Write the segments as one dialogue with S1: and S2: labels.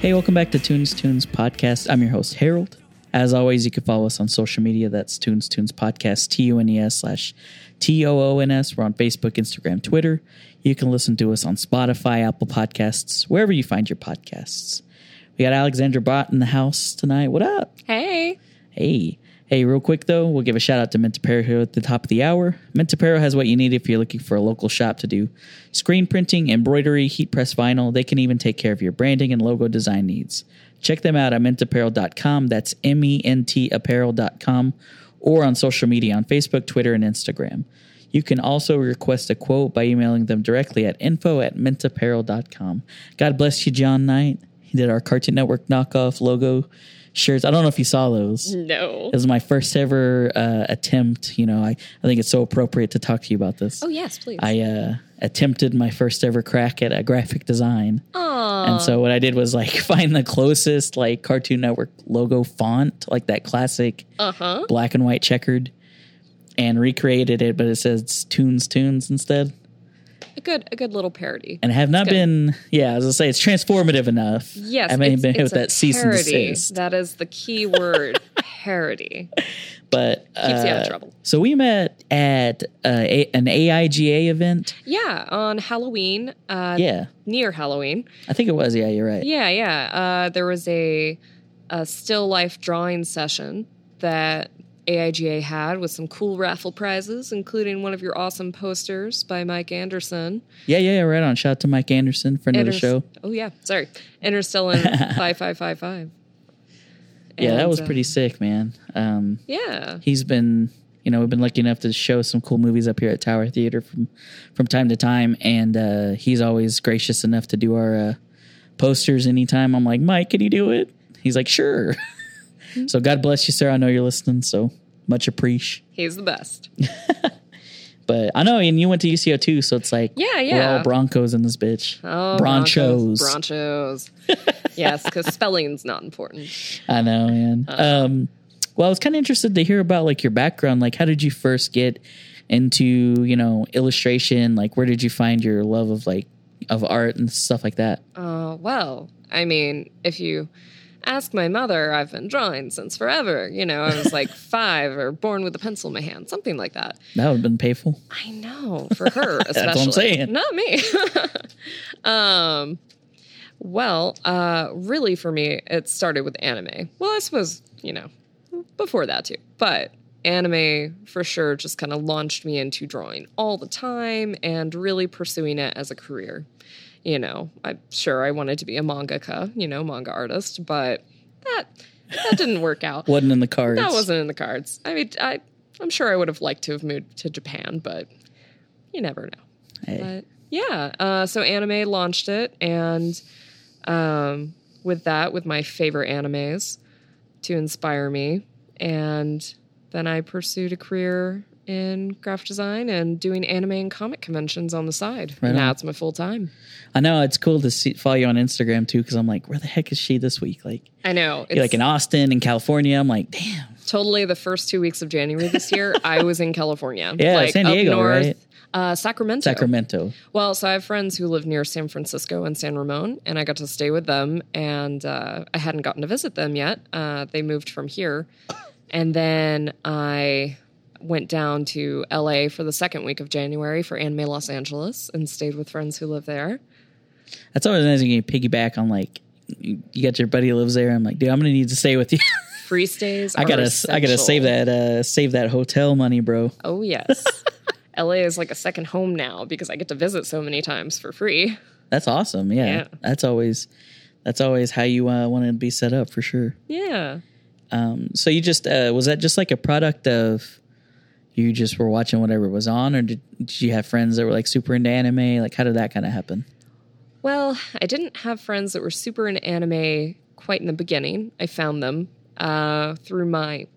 S1: Hey, welcome back to Tunes Tunes Podcast. I'm your host, Harold. As always, you can follow us on social media. That's Tunes Tunes Podcast, T U N E S slash T O O N S. We're on Facebook, Instagram, Twitter. You can listen to us on Spotify, Apple Podcasts, wherever you find your podcasts. We got Alexandra Bott in the house tonight. What up?
S2: Hey.
S1: Hey. Hey, real quick though, we'll give a shout out to Mentapero here at the top of the hour. Mentapero has what you need if you're looking for a local shop to do screen printing, embroidery, heat press vinyl. They can even take care of your branding and logo design needs. Check them out at mentapparel.com. That's M E N T apparel.com or on social media on Facebook, Twitter, and Instagram. You can also request a quote by emailing them directly at info at mentapparel.com. God bless you, John Knight. He did our Cartoon Network knockoff logo shirts. I don't know if you saw those.
S2: No.
S1: It was my first ever uh, attempt. You know, I, I think it's so appropriate to talk to you about this.
S2: Oh yes, please.
S1: I uh, attempted my first ever crack at a graphic design. And so what I did was like find the closest like Cartoon Network logo font, like that classic
S2: Uh huh.
S1: black and white checkered, and recreated it, but it says Tunes Tunes instead.
S2: A good, a good little parody.
S1: And I have not
S2: good.
S1: been, yeah, as I say, it's transformative enough.
S2: Yes,
S1: I haven't
S2: it's-
S1: been hit
S2: it's
S1: with
S2: a
S1: that cease and
S2: parody.
S1: desist.
S2: That is the key word, parody.
S1: but
S2: Keeps you out
S1: uh,
S2: of trouble.
S1: So we met at uh, a, an AIGA event.
S2: Yeah, on Halloween, uh,
S1: yeah,
S2: near Halloween.
S1: I think it was. Yeah, you're right.
S2: Yeah, yeah. Uh, there was a, a still life drawing session that AIGA had with some cool raffle prizes, including one of your awesome posters by Mike Anderson.
S1: Yeah, yeah, yeah right on. Shout out to Mike Anderson, friend of the
S2: Inters-
S1: show.
S2: Oh yeah, sorry, Interstellar five five five five.
S1: Yeah, that
S2: And,
S1: was
S2: uh,
S1: pretty sick, man. Um,
S2: Yeah.
S1: he's been, you know, we've been lucky enough to show some cool movies up here at Tower Theater from from time to time, and uh, he's always gracious enough to do our uh, posters anytime. I'm like, Mike, can you do it? He's like, sure. so God bless you, sir. I know you're listening, so much appreciate.
S2: He's the best.
S1: But I know, and you went to UCO too, so it's like
S2: Yeah,
S1: we're
S2: yeah.
S1: all Broncos in this bitch.
S2: Oh,
S1: Bronchos.
S2: Bronchos. yes, because spelling's not important.
S1: I know, man.
S2: Uh-huh.
S1: um, well, I was kind of interested to hear about like your background. Like, how did you first get into you know illustration? Like, where did you find your love of like of art and stuff like that?
S2: Uh, well, I mean, if you ask my mother, I've been drawing since forever. You know, I was like five or born with a pencil in my hand, something like that.
S1: That would have been painful.
S2: I know for her, especially.
S1: what I'm saying.
S2: Not me. um, well, uh, really for me, it started with anime. Well, I suppose you know before that too, but anime for sure just kind of launched me into drawing all the time and really pursuing it as a career. You know, I'm sure I wanted to be a mangaka, you know, manga artist, but that that didn't work out.
S1: Wasn't in the cards.
S2: That wasn't in the cards. I mean, I I'm sure I would have liked to have moved to Japan, but you never know.
S1: Hey.
S2: But yeah, uh, so anime launched it, and um, with that, with my favorite animes to inspire me, and then I pursued a career in graphic design and doing anime and comic conventions on the side.
S1: Right
S2: now
S1: on.
S2: it's my full time.
S1: I know it's cool to see, follow you on Instagram too, because I'm like, where the heck is she this week? Like,
S2: I know it's
S1: you're like in Austin, in California. I'm like, damn.
S2: totally the first two weeks of January this year. I was in California,
S1: Yeah, San Diego, right?
S2: uh, Sacramento.
S1: Sacramento.
S2: Well, so I have friends who live near San Francisco and San Ramon, and I got to stay with them. And uh, I hadn't gotten to visit them yet. Uh, they moved from here, and then I went down to LA for the second week of January for Anime Los Angeles and stayed with friends who live there.
S1: That's always nice when you piggyback on like you you got your buddy who lives there. I'm like, dude, I'm gonna need to stay with you.
S2: Free stays.
S1: I
S2: are
S1: gotta I gotta
S2: essential.
S1: save that uh save that hotel money, bro.
S2: Oh yes. LA is like a second home now because I get to visit so many times for free.
S1: That's awesome. Yeah.
S2: Yeah.
S1: That's always that's always how you uh, want to be set up for sure.
S2: Yeah.
S1: Um so you just uh was that just like a product of you just were watching whatever was on or did, did you have friends that were like super into anime? Like how did that kind of happen?
S2: Well, I didn't have friends that were super into anime quite in the beginning. I found them uh, through my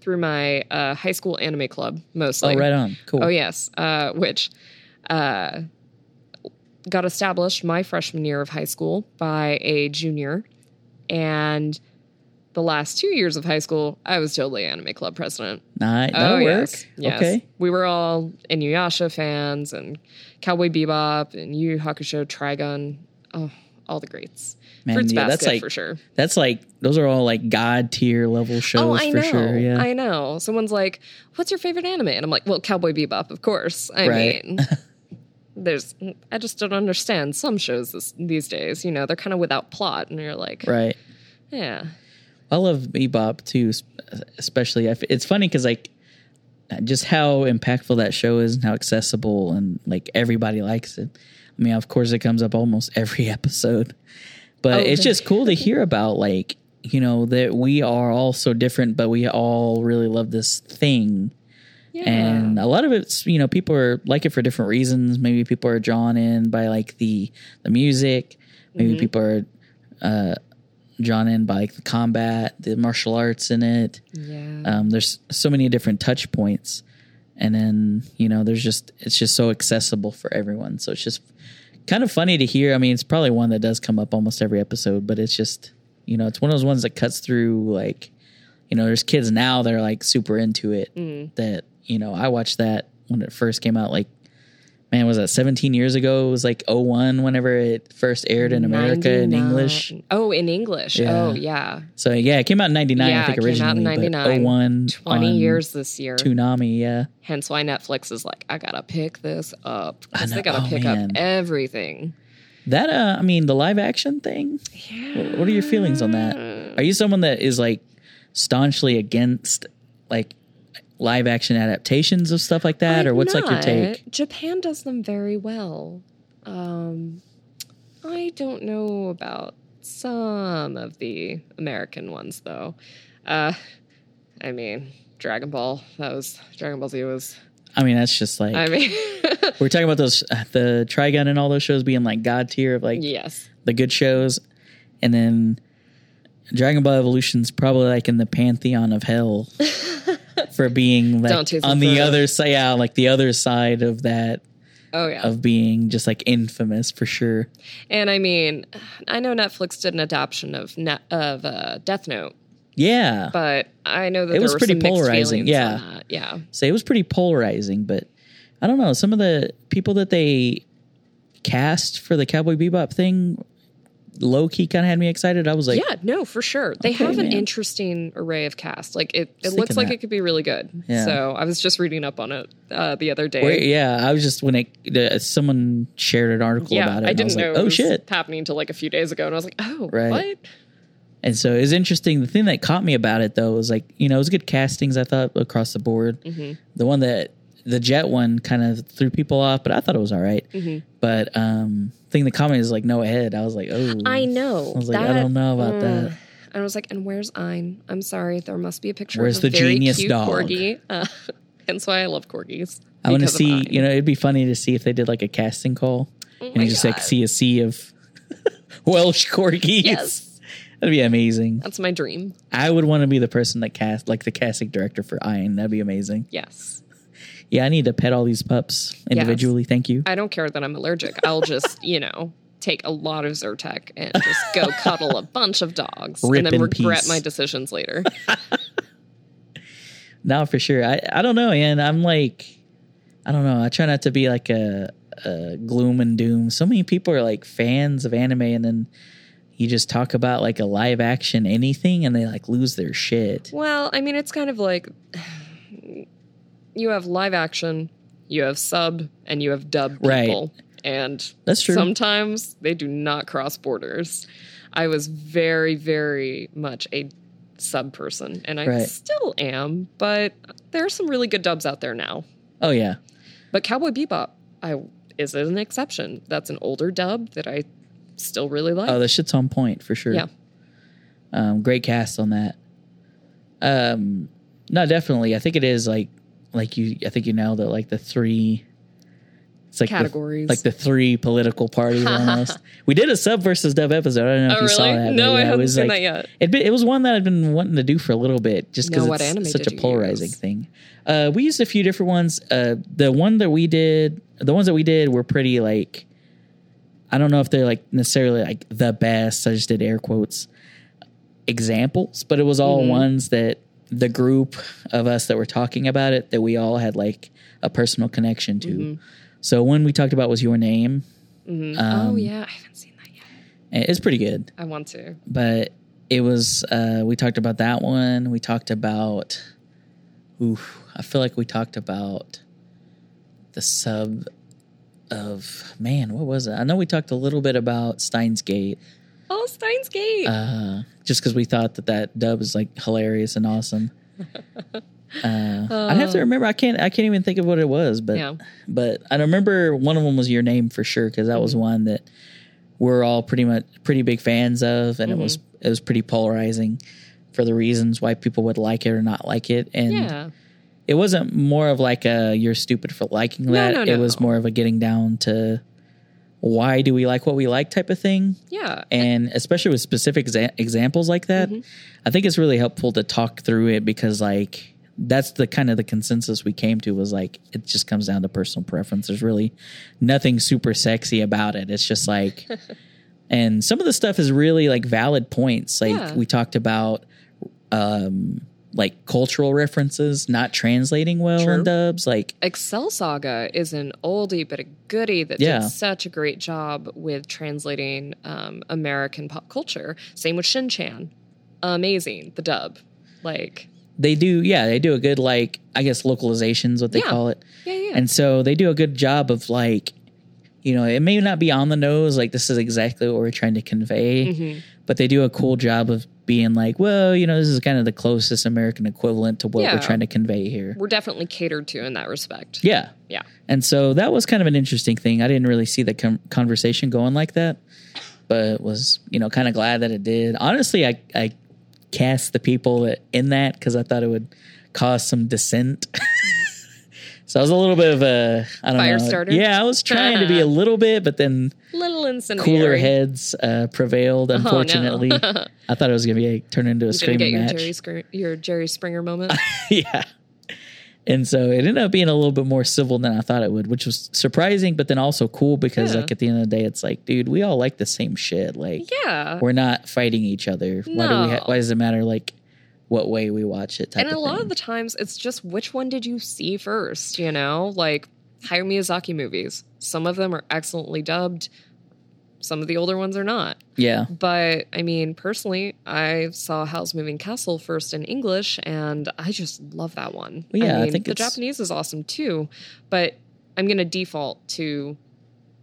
S2: through my uh, high school anime club mostly.
S1: oh, right on. Cool.
S2: Oh yes, uh, which uh, got established my freshman year of high school by a junior, and the last two years of high school, I was totally anime club president.
S1: Nice. That'll work.
S2: Oh, Yes, yes.
S1: Okay.
S2: We were all Inuyasha fans and Cowboy Bebop and Yu Yu Hakusho Trigun. Oh, all the greats.
S1: Man,
S2: Fruits
S1: yeah,
S2: Basket
S1: that's like-
S2: for sure.
S1: That's like those are all like god tier level shows
S2: Oh, I
S1: for
S2: know.
S1: sure. Yeah.
S2: I know. Someone's like, "What's your favorite anime?" And I'm like, "Well, Cowboy Bebop, of course." I
S1: Right.
S2: mean, there's I just don't understand some shows this, these days. You know, they're kind of without plot, and you're like,
S1: right.
S2: "Yeah,
S1: I love Bebop too, es- especially. I f- It's funny because like just how impactful that show is and how accessible and like everybody likes it. I mean, of course, it comes up almost every episode, but
S2: Oh,
S1: it's
S2: the-
S1: just cool to hear about like you know that we are all so different, but we all really love this thing.
S2: yeah."
S1: And a lot of it's you know people are like it for different reasons. Maybe people are drawn in by like the the music. Maybe people are uh, drawn in by like the combat, the martial arts in it.
S2: yeah.
S1: Um, there's so many different touch points, and then you know there's just it's just so accessible for everyone. So it's just kind of funny to hear. I mean, it's probably one that does come up almost every episode, but it's just you know it's one of those ones that cuts through like you know there's kids now that are like super into it
S2: Mm-hmm.
S1: that you know I watched that when it first came out like. Man, was that 17 years ago? It was like 01 whenever it first aired in America in
S2: 99
S1: English.
S2: Oh, in English.
S1: Yeah.
S2: Oh, yeah.
S1: So yeah, it came out in '99.
S2: Yeah,
S1: I think
S2: it came
S1: originally,
S2: out in
S1: but
S2: 99.
S1: 01,
S2: 20
S1: on
S2: years this year.
S1: Toonami. Yeah,
S2: Hence why Netflix is like, I gotta pick this up.
S1: I
S2: Because
S1: know.
S2: they gotta
S1: Oh,
S2: pick
S1: man.
S2: up everything.
S1: that. Uh, I mean, the live action thing.
S2: Yeah.
S1: Wh- What are your feelings on that? Are you someone that is like staunchly against like live action adaptations of stuff like that, or
S2: I'm
S1: what's like your
S2: not.
S1: take?
S2: Japan does them very well. Um, I don't know about some of the American ones though. Uh, I mean, Dragon Ball. That was Dragon Ball Z was.
S1: I mean, that's just like
S2: I mean,
S1: we're talking about those uh, the Trigun and all those shows being like god tier of like
S2: yes.
S1: the good shows, and then Dragon Ball Evolution's probably like in the pantheon of hell for being like
S2: Don't tease
S1: on
S2: me
S1: the
S2: further.
S1: other side, yeah, like the other side of that
S2: Oh yeah.
S1: of being just like infamous for sure.
S2: And I mean, I know Netflix did an adaptation of ne- of uh, Death Note,
S1: Yeah,
S2: but I know that
S1: It
S2: there
S1: was
S2: were
S1: pretty
S2: some mixed
S1: polarizing,
S2: feelings
S1: yeah.
S2: on that. Yeah.
S1: so it was pretty polarizing, but I don't know some of the people that they cast for the Cowboy Bebop thing. Low key kind of had me excited. I was like,
S2: yeah, no, for sure. They
S1: Okay,
S2: have an
S1: man.
S2: interesting array of cast. Like it, it
S1: Just
S2: looks
S1: thinking
S2: like
S1: that.
S2: it could be really good.
S1: Yeah.
S2: So I was just reading up on it uh, the other day.
S1: Wait, yeah, I was just when it the, someone shared an article
S2: yeah,
S1: about it.
S2: I
S1: and
S2: didn't
S1: was
S2: know
S1: like,
S2: it
S1: oh
S2: was
S1: shit!
S2: happening until like a few days ago, and I was like, oh,
S1: Right.
S2: what?
S1: And so it was interesting. The thing that caught me about it though was like, you know, it was good castings, I thought, across the board.
S2: Mm-hmm.
S1: The one that the jet one kind of threw people off, but I thought it was all right.
S2: Mm-hmm.
S1: But um thing that caught me is like no head. I was like, oh
S2: I know. mm.
S1: I was like, I don't know about that.
S2: And I was like, and where's Ein? I'm sorry, there must be a picture
S1: Where's
S2: of a
S1: the
S2: very
S1: genius
S2: cute
S1: dog?
S2: corgi. Uh, hence why I love corgis.
S1: I want to
S2: because of
S1: see,
S2: Ein.
S1: you know, it'd be funny to see if they did like a casting call and
S2: Oh my
S1: you just like
S2: God.
S1: see a sea of Welsh corgis.
S2: Yes.
S1: That'd be amazing.
S2: That's my dream.
S1: I would want to be the person that cast, like the casting director for Iron. That'd be amazing.
S2: Yes.
S1: Yeah, I need to pet all these pups individually. Thank you.
S2: I don't care that I'm allergic. I'll just, you know, take a lot of Zyrtec and just go cuddle a bunch of dogs
S1: Rip
S2: and then
S1: in
S2: regret
S1: peace.
S2: my decisions later.
S1: No, for sure. I, I don't know, and I'm like, I don't know. I try not to be like a, a gloom and doom. So many people are like fans of anime, and then you just talk about like a live action anything, and they like lose their shit.
S2: well, I mean, it's kind of like you have live action, you have subbed, and you have dubbed
S1: Right.
S2: people. And
S1: That's true.
S2: sometimes they do not cross borders. I was very, very much a sub person, and I
S1: Right.
S2: still am, but there are some really good dubs out there now.
S1: Oh yeah,
S2: But Cowboy Bebop, I is an exception. That's an older dub that I still really like.
S1: oh the shit's on point for sure.
S2: yeah,
S1: um, great cast on that. Um, no, definitely. I think it is like like you. I think you know that like the three. It's like the-
S2: Categories.
S1: like the three political parties almost. we did a sub versus dub episode. I don't know
S2: Oh,
S1: if you saw
S2: really?
S1: that. but
S2: No, I
S1: yeah, it
S2: haven't
S1: was
S2: seen
S1: like-
S2: that yet.
S1: It, be- it was one that I'd been wanting to do for a little bit, just because
S2: Now, what anime
S1: it's such a
S2: did you
S1: polarizing
S2: use?
S1: thing. Uh, we used a few different ones. Uh, the one that we did, the ones that we did were pretty like. I don't know if they're like necessarily like the best. I just did air quotes examples, but it was
S2: Mm-hmm.
S1: all ones that the group of us that were talking about it that we all had like a personal connection
S2: Mm-hmm.
S1: to. So one we talked about was your name. um,
S2: oh yeah, I haven't seen that yet.
S1: And It's pretty good.
S2: I want to.
S1: but it was uh we talked about that one we talked about oof i feel like we talked about the sub of man what was it i know we talked a little bit about steins gate
S2: Oh, Steins Gate.
S1: uh just because we thought that that dub was like hilarious and awesome uh, i'd have to remember i can't i can't even think of what it was but
S2: Um, Yeah.
S1: but i remember one of them was your name for sure because that
S2: Mm-hmm.
S1: was one that we're all pretty much pretty big fans of and it was
S2: Mm-hmm.
S1: it was pretty polarizing for the reasons why people would like it or not like it and
S2: yeah.
S1: it wasn't more of like a you're stupid for liking that
S2: no,
S1: it was
S2: no.
S1: more of a getting down to why do we like what we like type of thing
S2: Yeah.
S1: and especially with specific exa- examples like that
S2: Mm-hmm.
S1: i think it's really helpful to talk through it because like that's the kind of the consensus we came to was like it just comes down to personal preference there's really nothing super sexy about it it's just like and some of the stuff is really like valid points like
S2: Yeah.
S1: we talked about um like cultural references not translating well
S2: True.
S1: in dubs like
S2: Excel Saga is an oldie but a goodie that
S1: Yeah.
S2: did such a great job with translating um, American pop culture. Same with Shin Chan. Amazing, the dub. Like,
S1: they do yeah they do a good like i guess localizations what they
S2: Yeah.
S1: call it
S2: yeah, yeah.
S1: And so they do a good job of like, you know, it may not be on the nose, like this is exactly what we're trying to convey,
S2: Mm-hmm.
S1: but they do a cool job of being like, well, you know, this is kind of the closest American equivalent to what
S2: Yeah.
S1: we're trying to convey here.
S2: We're definitely catered to in that respect.
S1: Yeah.
S2: Yeah.
S1: And so that was kind of an interesting thing. I didn't really see the com- conversation going like that, but was, you know, kind of glad that it did. Honestly, I, I cast the people that, in that because I thought it would cause some dissent. so I was a little bit of a, I don't
S2: Fire
S1: know.
S2: starter?
S1: Yeah, I was trying to be a little bit, but then
S2: Little incendiary.
S1: cooler heads uh, prevailed, unfortunately. I thought it was going to be a, turn into a
S2: Didn't Oh, get
S1: screaming
S2: your
S1: match.
S2: Jerry, Scr- your Jerry Springer moment.
S1: yeah. And so it ended up being a little bit more civil than I thought it would, which was surprising, but then also cool because
S2: Yeah.
S1: like at the end of the day, it's like, dude, we all like the same shit. Like
S2: yeah.
S1: we're not fighting each other. Why do we?
S2: No.
S1: Ha- why does it matter? Like what way we watch it? Type
S2: And a
S1: of
S2: lot
S1: thing.
S2: of the times, it's just which one did you see first? You know, like Hayao Miyazaki movies. Some of them are excellently dubbed. Some of the older ones are not.
S1: yeah,
S2: But I mean, personally, I saw House Moving Castle first in English, and I just love that one.
S1: Well, yeah, I
S2: mean,
S1: think
S2: the
S1: it's-
S2: Japanese is awesome too, but I'm going to default to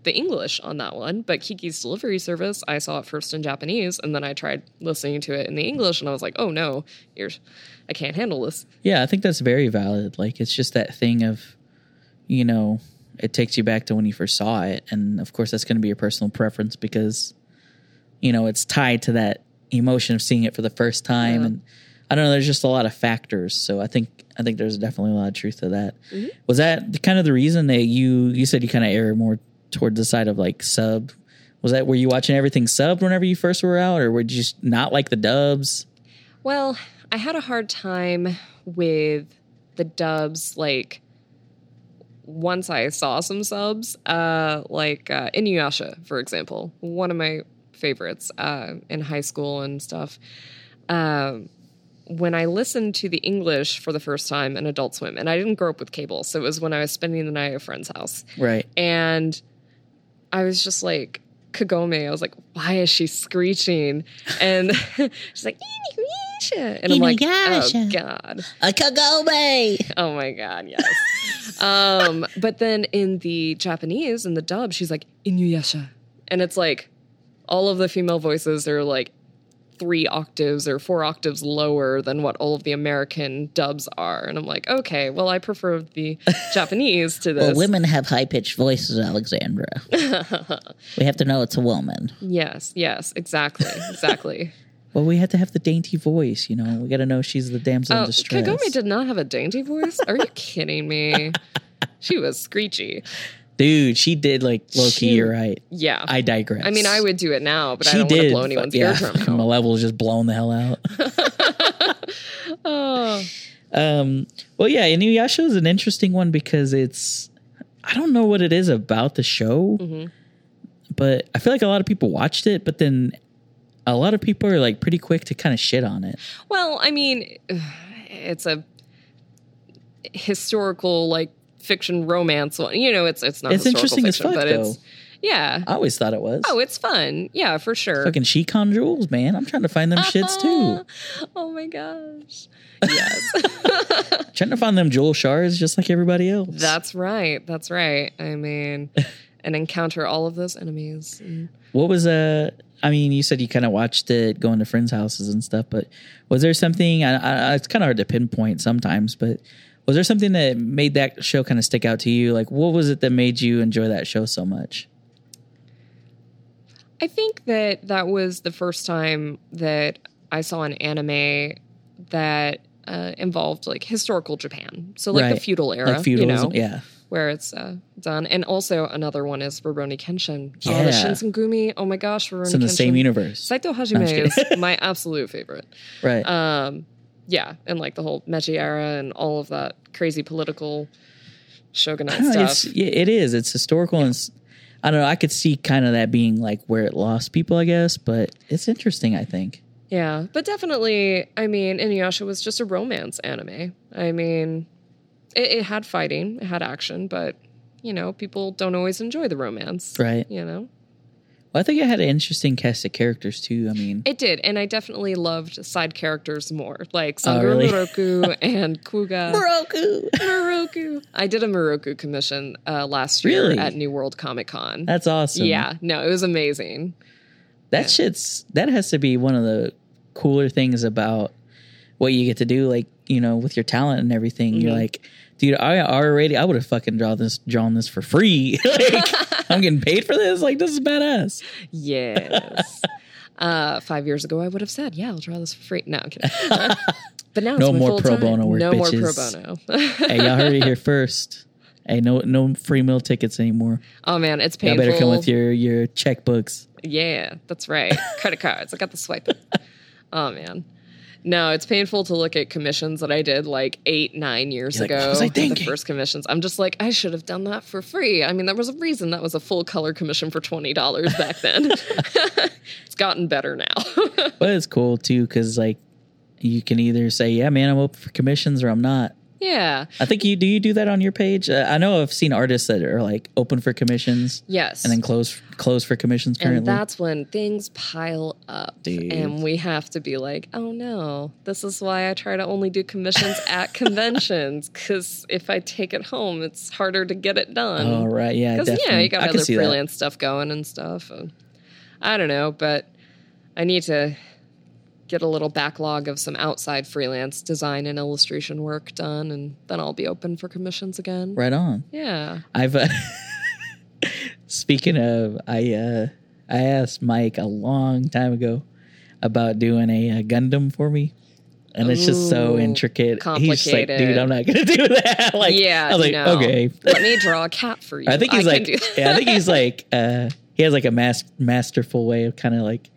S2: the English on that one. But Kiki's Delivery Service, I saw it first in Japanese, and then I tried listening to it in the English, and I was like, oh no, you're, I can't handle this.
S1: yeah. I think that's very valid. Like it's just that thing of, you know, it takes you back to when you first saw it, and of course that's going to be your personal preference because, you know, it's tied to that emotion of seeing it for the first time,
S2: Yeah.
S1: and I don't know. There's just a lot of factors, so I think I think there's definitely a lot of truth to that. Was that the- kind of the reason that you you said you kind of err more towards the side of like sub? Was that were you watching everything subbed whenever you first were out, or would you just not like the dubs?
S2: Well, I had a hard time with the dubs. Like once I saw some subs, uh, like uh, Inuyasha, for example, one of my favorites uh, in high school and stuff. Um, when I listened to the English for the first time in Adult Swim, and I didn't grow up with cable, so it was when I was spending the night at a friend's house
S1: Right.
S2: and I was just like Kagome. I was like, why is she screeching? And she's like, Inuyasha. And I'm like, oh
S1: Inuyasha.
S2: god,
S1: A Kagome.
S2: oh my god, yes. um, but then in the Japanese in the dub, she's like Inuyasha, and it's like all of the female voices are like three octaves or four octaves lower than what all of the American dubs are, and I'm like, okay, well, I prefer the Japanese to this.
S1: have high pitched voices, Alexandra. we have to know it's a woman.
S2: Yes, yes, exactly, exactly.
S1: Well, we have to have the dainty voice, you know. We got to know she's the damsel
S2: oh,
S1: in distress.
S2: Kagome did not have a dainty voice. Are you kidding me? She was screechy.
S1: Dude, she did like Loki.
S2: She-
S1: you're right.
S2: Yeah. I,
S1: I digress.
S2: mean, I would do it now, but I
S1: She
S2: don't want to
S1: did.
S2: blow
S1: fuck-
S2: anyone's
S1: yeah,
S2: eardrum out.
S1: Malevol's just blown the hell out.
S2: Oh,
S1: Um, well, yeah, Inuyasha is an interesting one because it's I don't know what it is about the show,
S2: Mm-hmm.
S1: but I feel like a lot of people watched it, but then a lot of people are like pretty quick to kind of shit on it.
S2: well, I mean, it's a historical, like, fiction romance one. You know, it's it's not
S1: It's
S2: historical
S1: interesting as
S2: fiction,
S1: fuck,
S2: but it's
S1: though.
S2: Yeah.
S1: I always thought it was.
S2: Oh, it's fun. Yeah, for sure.
S1: Fucking Shecon jewels, man. I'm trying to find them shits too.
S2: Oh my gosh.
S1: Trying to find them jewel shards just like everybody else.
S2: That's right. That's right. I mean, and encounter all of those enemies. Mm.
S1: What was uh I mean, you said you kind of watched it going to friends' houses and stuff, but was there something? I, I, it's kind of hard to pinpoint sometimes, but was there something that made that show kind of stick out to you? Like, what was it that made you enjoy that show so much?
S2: I think that that was the first time that I saw an anime that uh, involved like historical Japan. So like the
S1: Right.
S2: feudal era,
S1: like feudalism,
S2: you know,
S1: yeah.
S2: where it's uh, done. And also another one is Rurouni Kenshin. Oh, the
S1: Yeah.
S2: Shinsengumi. Oh my gosh, Rurouni
S1: It's in the
S2: Kenshin.
S1: same universe,
S2: Saito
S1: I'm
S2: Hajime
S1: just
S2: is my absolute favorite.
S1: right?
S2: Um, yeah, and like the whole Meiji era and all of that crazy political shogunate
S1: I don't know,
S2: stuff.
S1: it's, yeah, it is. It's historical, and it's, I don't know. I could see kind of that being like where it lost people, I guess. But it's interesting. I think.
S2: Yeah, but definitely, I mean, Inuyasha was just a romance anime. I mean, it, it had fighting, it had action, but you know, people don't always enjoy the romance,
S1: Right.
S2: You know,
S1: Well, I think it had an interesting cast of characters too. I mean,
S2: it did, and I definitely loved side characters more, like
S1: Oh,
S2: Sangru
S1: really?
S2: Moroku and Kuga.
S1: Moroku.
S2: Moroku. I did a Moroku commission uh, last year
S1: Really?
S2: at New World Comic Con.
S1: That's awesome.
S2: Yeah, no, it was amazing.
S1: that
S2: Yeah.
S1: shit's that has to be one of the cooler things about what you get to do like you know with your talent and everything you're
S2: Mhm.
S1: like dude i already i would have fucking drawn this drawn this for free like i'm getting paid for this like this is badass
S2: Yes. uh, five years ago, I would have said, "Yeah, I'll draw this for free." No, I'm kidding. but now
S1: No
S2: it's my
S1: more
S2: full
S1: pro
S2: time.
S1: bono work,
S2: No more
S1: bitches.
S2: pro bono.
S1: hey y'all heard it here first hey no no free meal tickets anymore
S2: oh man, it's
S1: y'all
S2: painful.
S1: better come with your your checkbooks
S2: Yeah, that's right. Credit cards. I got the swipe. oh man. No, it's painful to look at commissions that I did like eight, nine years
S1: You're like,
S2: ago.
S1: "What was I
S2: The
S1: thinking?"
S2: first commissions. I'm just like, I should have done that for free. I mean, there was a reason that was a full color commission for twenty dollars back then. it's gotten better now.
S1: but it's cool too because like you can either say yeah man i'm open for commissions or i'm not
S2: yeah.
S1: i think you do you do that on your page uh, i know i've seen artists that are like open for commissions
S2: Yes.
S1: and then close close for commissions currently.
S2: And that's when things pile up.
S1: Dude.
S2: And we have to be like, oh no, this is why I try to only do commissions at conventions. Because if I take it home, it's harder to get it
S1: oh
S2: done.
S1: right, yeah,
S2: Because,
S1: definitely.
S2: yeah, you
S1: I
S2: got
S1: can
S2: other
S1: see that.
S2: freelance stuff going and stuff. And I don't know, but I need to get a little backlog of some outside freelance design and illustration work done. And then I'll be open for commissions again.
S1: Right on.
S2: Yeah.
S1: I've uh, speaking of, I uh, I asked Mike a long time ago about doing a, uh Gundam for me. And it's just so
S2: Ooh,
S1: intricate. He's just like, dude,
S2: complicated.
S1: I'm not gonna do that. like,
S2: yeah.
S1: I was like,
S2: no.
S1: okay.
S2: Let me draw a cat for you.
S1: I think he's
S2: can
S1: like,
S2: do that.
S1: yeah, I think he's like, uh, he has like a mas- masterful way of kind of like,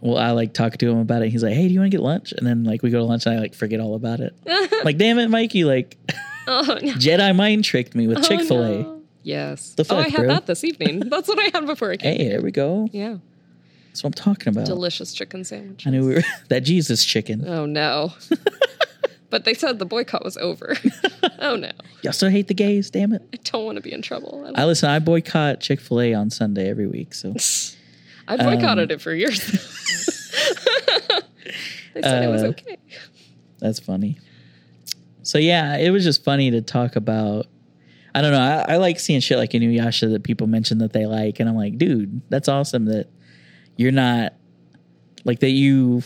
S1: well, I like talk to him about it. He's like, hey, do you want to get lunch? And then like we go to lunch and I like forget all about it. I'm like, damn it, Mikey, like
S2: Oh no.
S1: Jedi mind tricked me with Chick fil A.
S2: Oh, no. Yes.
S1: The
S2: oh, I
S1: fuck,
S2: had
S1: bro?
S2: that this evening. That's what I had before I came.
S1: Hey, there we go.
S2: Yeah.
S1: That's what I'm talking about.
S2: Delicious chicken sandwich.
S1: I knew we were that Jesus chicken.
S2: Oh no. but they said the boycott was over. oh no.
S1: Y'all still hate the gays, damn it.
S2: I don't want to be in trouble. I,
S1: I listen, I boycott Chick fil A on Sunday every week. So
S2: I
S1: um,
S2: boycotted it for years. they said it was
S1: Uh,
S2: okay.
S1: That's funny. So yeah, it was just funny to talk about. I don't know. I, I like seeing shit like Inuyasha that people mention that they like, and I'm like, dude, that's awesome that you're not like that you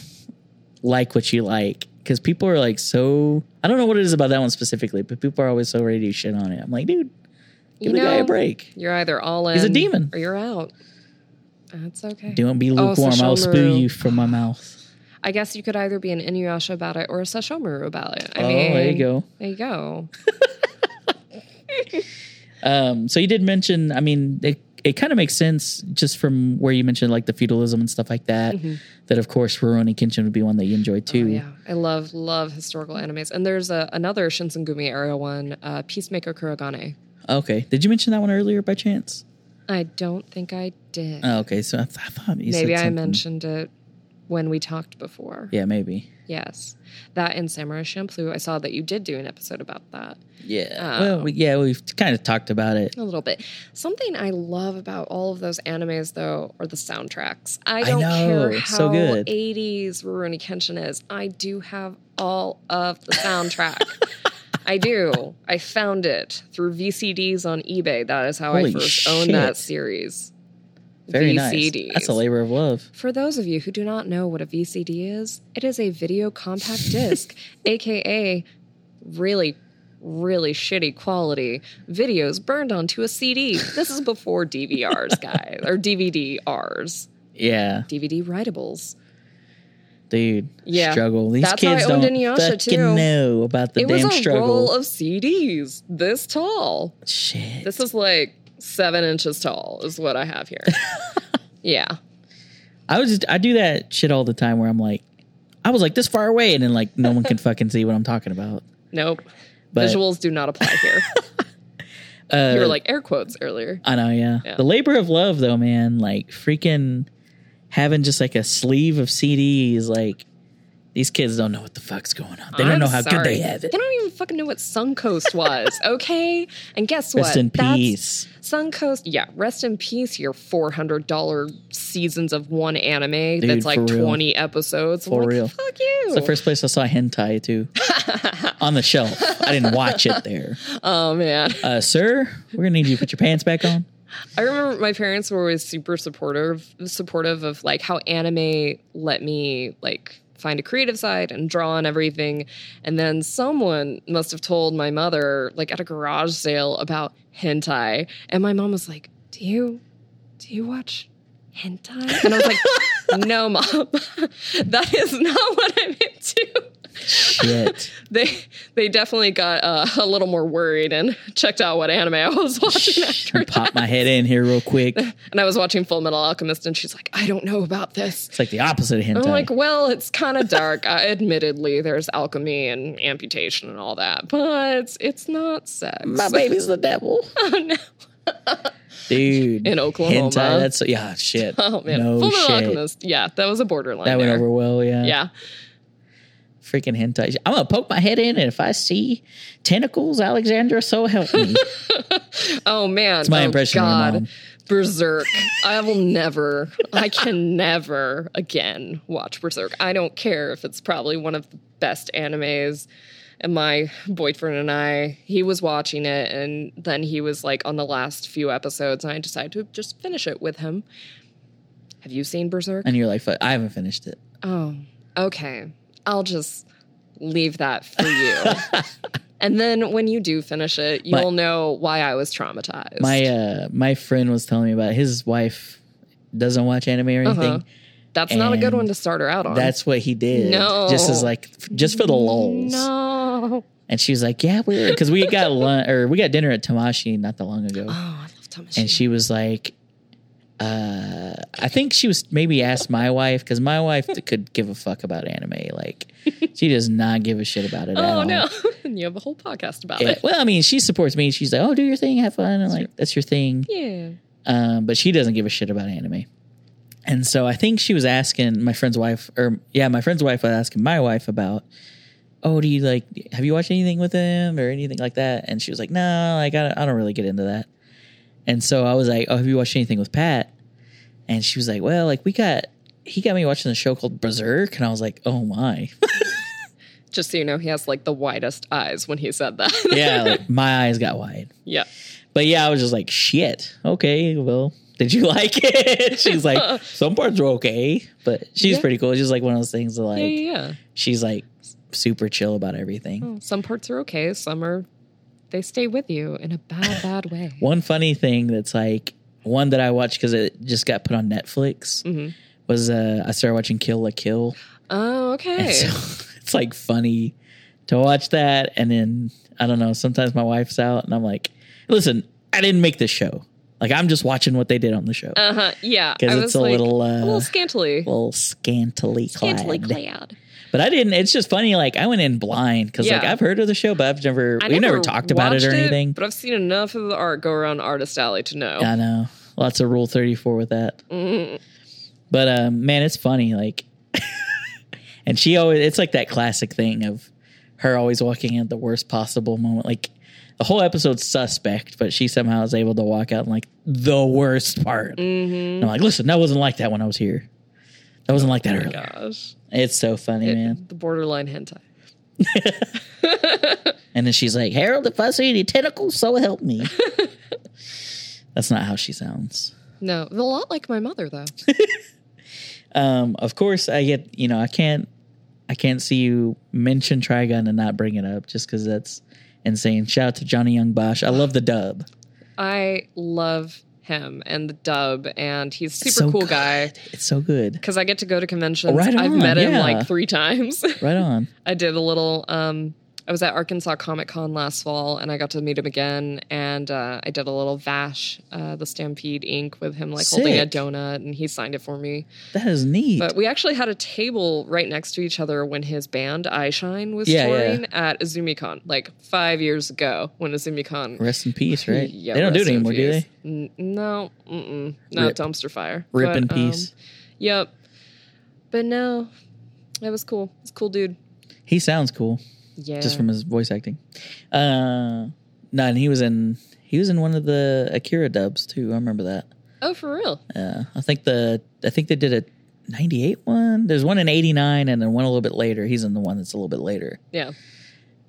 S1: like what you like because people are like so. I don't know what it is about that one specifically, but people are always so ready to shit on it. I'm like, dude, give
S2: You
S1: the guy
S2: know,
S1: a break.
S2: You're either all in
S1: He's a demon.
S2: or you're out. That's okay.
S1: Don't be
S2: Oh,
S1: lukewarm. I'll spew
S2: Sesshomaru.
S1: you from my mouth.
S2: I guess you could either be an Inuyasha about it or a Sashomaru about it. I
S1: Oh,
S2: mean,
S1: there you go.
S2: There you go.
S1: Um, so you did mention, I mean, it, it kind of makes sense just from where you mentioned like the feudalism and stuff like that, that of course Rurouni Kenshin would be one that you enjoyed too.
S2: Mm-hmm. Oh, yeah, I love love historical animes, and there's a, another Shinsengumi era one, uh, Peacemaker Kurogane.
S1: Okay. Did you mention that one earlier by chance?
S2: I don't think I did. Uh,
S1: Oh, okay. So I, th- I thought you said
S2: Maybe I
S1: something.
S2: mentioned it. when we talked before.
S1: Yeah, maybe.
S2: Yes. That and Samurai Champloo. I saw that you did do an episode about that
S1: Yeah.
S2: Oh.
S1: Well, we, yeah, we've kind of talked about it.
S2: a little bit. Something I love about all of those animes, though, are the soundtracks. I
S1: I
S2: don't
S1: know,
S2: care how
S1: it's so good.
S2: 80s Rurouni Kenshin is. I do have all of the soundtrack. I do. I found it through VCDs on eBay. That is how
S1: Holy
S2: I first
S1: shit.
S2: owned that series.
S1: Very
S2: VCDs.
S1: nice. That's a labor of love.
S2: For those of you who do not know what a VCD is, it is a video compact disc, aka really, really shitty quality videos burned onto a CD. This is before DVRs, guys, or DVD-Rs,
S1: Yeah,
S2: DVD writables.
S1: dude.
S2: Yeah.
S1: Struggle. These
S2: That's how
S1: kids
S2: I owned E
S1: don't
S2: Inuyasha,
S1: fucking
S2: too.
S1: know about the
S2: it was
S1: damn
S2: a roll
S1: struggle.
S2: of CDs this tall.
S1: Shit.
S2: This is like seven inches tall, is what I have here. yeah.
S1: I was just I do that shit all the time where I'm like, I was like this far away, and then like no one can fucking see what I'm talking about.
S2: Nope.
S1: But-
S2: Visuals do not apply here.
S1: Uh,
S2: you were like air quotes earlier.
S1: I know, yeah.
S2: Yeah.
S1: The labor of love, though, man. Like freaking having just like a sleeve of CDs. Like these kids don't know what the fuck's going on. They don't
S2: I'm
S1: know how good
S2: sorry.
S1: they have it.
S2: They don't even fucking know what Suncoast was, okay? And guess what?
S1: Rest in
S2: That's-
S1: peace.
S2: Suncoast, yeah, rest in peace, your $400 seasons of one anime
S1: Dude,
S2: that's like
S1: for real.
S2: 20 episodes. I'm
S1: For
S2: like,
S1: real.
S2: Fuck you.
S1: It's the first place I saw hentai too on the shelf. I didn't watch it there.
S2: oh, man.
S1: Uh, sir, we're gonna need you to put your pants back on.
S2: I remember my parents were always super supportive supportive of like how anime let me like find a creative side and draw and everything. And then someone must have told my mother like at a garage sale about hentai and my mom was like, "Do you do you watch hentai?" And I was like, "No, mom. that is not what I'm into."
S1: Shit.
S2: They they definitely got uh, a little more worried and checked out what anime I was watching after
S1: Shh, Pop my head in here real quick. It's
S2: and I was watching Full Metal Alchemist, and she's like, I don't know about this.
S1: like the opposite of hentai.
S2: I'm like, well, it's kind of dark. uh, admittedly, there's alchemy and amputation and all that, but it's, it's not sex.
S1: baby's the devil.
S2: Oh, no.
S1: Dude.
S2: In Oklahoma.
S1: Hentai, that's yeah, shit.
S2: Oh, man.
S1: No
S2: Full Metal
S1: shit.
S2: Alchemist. Yeah, that was a borderline.
S1: That went
S2: there.
S1: over well, yeah.
S2: Yeah.
S1: freaking hentai. I'm gonna poke my head in, and if I see tentacles, Alexandra, so help me.
S2: Oh, man. It's
S1: my
S2: oh,
S1: impression of your
S2: God.
S1: mom.
S2: Berserk. I will never, I can never again watch Berserk. I don't care if it's probably one of the best animes. And my boyfriend and I, he was watching it, and then he was like on the last few episodes, and I decided to just finish it with him. Have you seen Berserk?
S1: and you're like, "Fuck, I haven't finished it.
S2: Oh, okay. I'll just leave that for you. and then when you do finish it,
S1: My-
S2: you'll know why I was traumatized.
S1: My uh, my friend was telling me about it. his wife doesn't watch anime or anything.
S2: Uh-huh. That's not a good
S1: and
S2: one to start her out on.
S1: That's what he did.
S2: No.
S1: just as like, f- just for the lulls.
S2: No.
S1: And she was like, "Yeah, we're because we got lunch or we got dinner at Tamashi not that long ago."
S2: Oh, I love Thomas.
S1: and she was like uh i think she was maybe asked my wife because my wife could give a fuck about anime like she does not give a shit about it at
S2: Oh
S1: all.
S2: no! and you have a whole podcast about
S1: Yeah,
S2: it.
S1: well i mean she supports me she's like oh do your thing have fun and like that's your thing
S2: Yeah.
S1: um but she doesn't give a shit about anime and so i think she was asking my friend's wife or yeah my friend's wife was asking my wife about oh do you like have you watched anything with him or anything like that and she was like no like i don't, I don't really get into that and so i was like oh have you watched anything with pat and she was like well like we got he got me watching a show called berserk and i was like oh my
S2: Just so you know, he has like the widest eyes when he said that.
S1: yeah like my eyes got wide
S2: yeah.
S1: But yeah, I was just like, shit. Okay, well, did you like it? she's like, some parts were okay, but she's
S2: Yeah.
S1: pretty cool. It's just like one of those things that like
S2: yeah. Oh. Yeah.
S1: she's like super chill about everything.
S2: Yeah. Some parts are okay. Some are. They stay with you in a bad, bad way.
S1: One funny thing that's like one that I watched because it just got put on Netflix
S2: Mhm.
S1: was uh, I started watching Kill La Kill,
S2: Oh, okay.
S1: and so it's like funny to watch that. And then I don't know. Sometimes my wife's out, and I'm like, listen, I didn't make this show. Like I'm just watching what they did on the show.
S2: Uh huh. Yeah. I
S1: because
S2: was
S1: it's a
S2: like,
S1: little, uh,
S2: a little scantily.
S1: little scantily clad.
S2: Scantily clad.
S1: But I didn't. It's just funny. Like I went in blind because like
S2: Yeah.
S1: I've heard of the show, but I've never
S2: I
S1: we've never, talked about it
S2: watched
S1: or anything.
S2: but I've seen enough of the art go around Artist Alley to know. Mm.
S1: I know lots of Rule Thirty Four with that. But um, man, it's funny. Like and she always it's like that classic thing of her always walking in at the worst possible moment. Like the whole episode's suspect, but she somehow is able to walk out in like the worst part.
S2: Mm-hmm.
S1: And I'm like, listen, that wasn't like that when I was here. That wasn't like that earlier.
S2: Gosh.
S1: It's so funny,
S2: Oh It-
S1: man.
S2: the borderline hentai.
S1: And then she's like, Harold, if I see any tentacles, so help me. That's not how she sounds.
S2: No, a lot like my mother though.
S1: Um, of course, I get you know I can't I can't see you mention Trigun and not bring it up just because that's insane. Shout out to Johnny Young Bosch. I love the dub.
S2: I love him and the dub, and he's a
S1: It's
S2: super
S1: so
S2: cool
S1: good.
S2: guy
S1: It's so good.
S2: because I get to go to conventions.
S1: Right
S2: I've
S1: on,
S2: met him
S1: yeah.
S2: like three times.
S1: Right on.
S2: I did a little. Um, I was at Arkansas Comic Con last fall, and I got to meet him again. And uh, I did a little Vash, uh, the Stampede Inc. with him, like holding a
S1: Sick.
S2: donut, and he signed it for me.
S1: That is neat.
S2: But we actually had a table right next to each other when his band Eye Shine was
S1: Yeah, yeah.
S2: touring at AzumiCon, like five years ago when AzumiCon
S1: Rest in peace, right?
S2: Yeah,
S1: they don't do it
S2: rest in
S1: anymore, do
S2: peace.
S1: they?
S2: N- no, mm-mm, no
S1: Rip.
S2: dumpster fire.
S1: Rip in
S2: um,
S1: peace.
S2: yep. But no, that was cool. It's cool, dude.
S1: He sounds cool
S2: Yeah.
S1: just from his voice acting. Uh, no, and he was in he was in one of the Akira dubs too. I remember that.
S2: oh, for real.
S1: Uh, I think the I think they did a '98 one. There's one in '89, and then one a little bit later. He's in the one that's a little bit later,
S2: Yeah.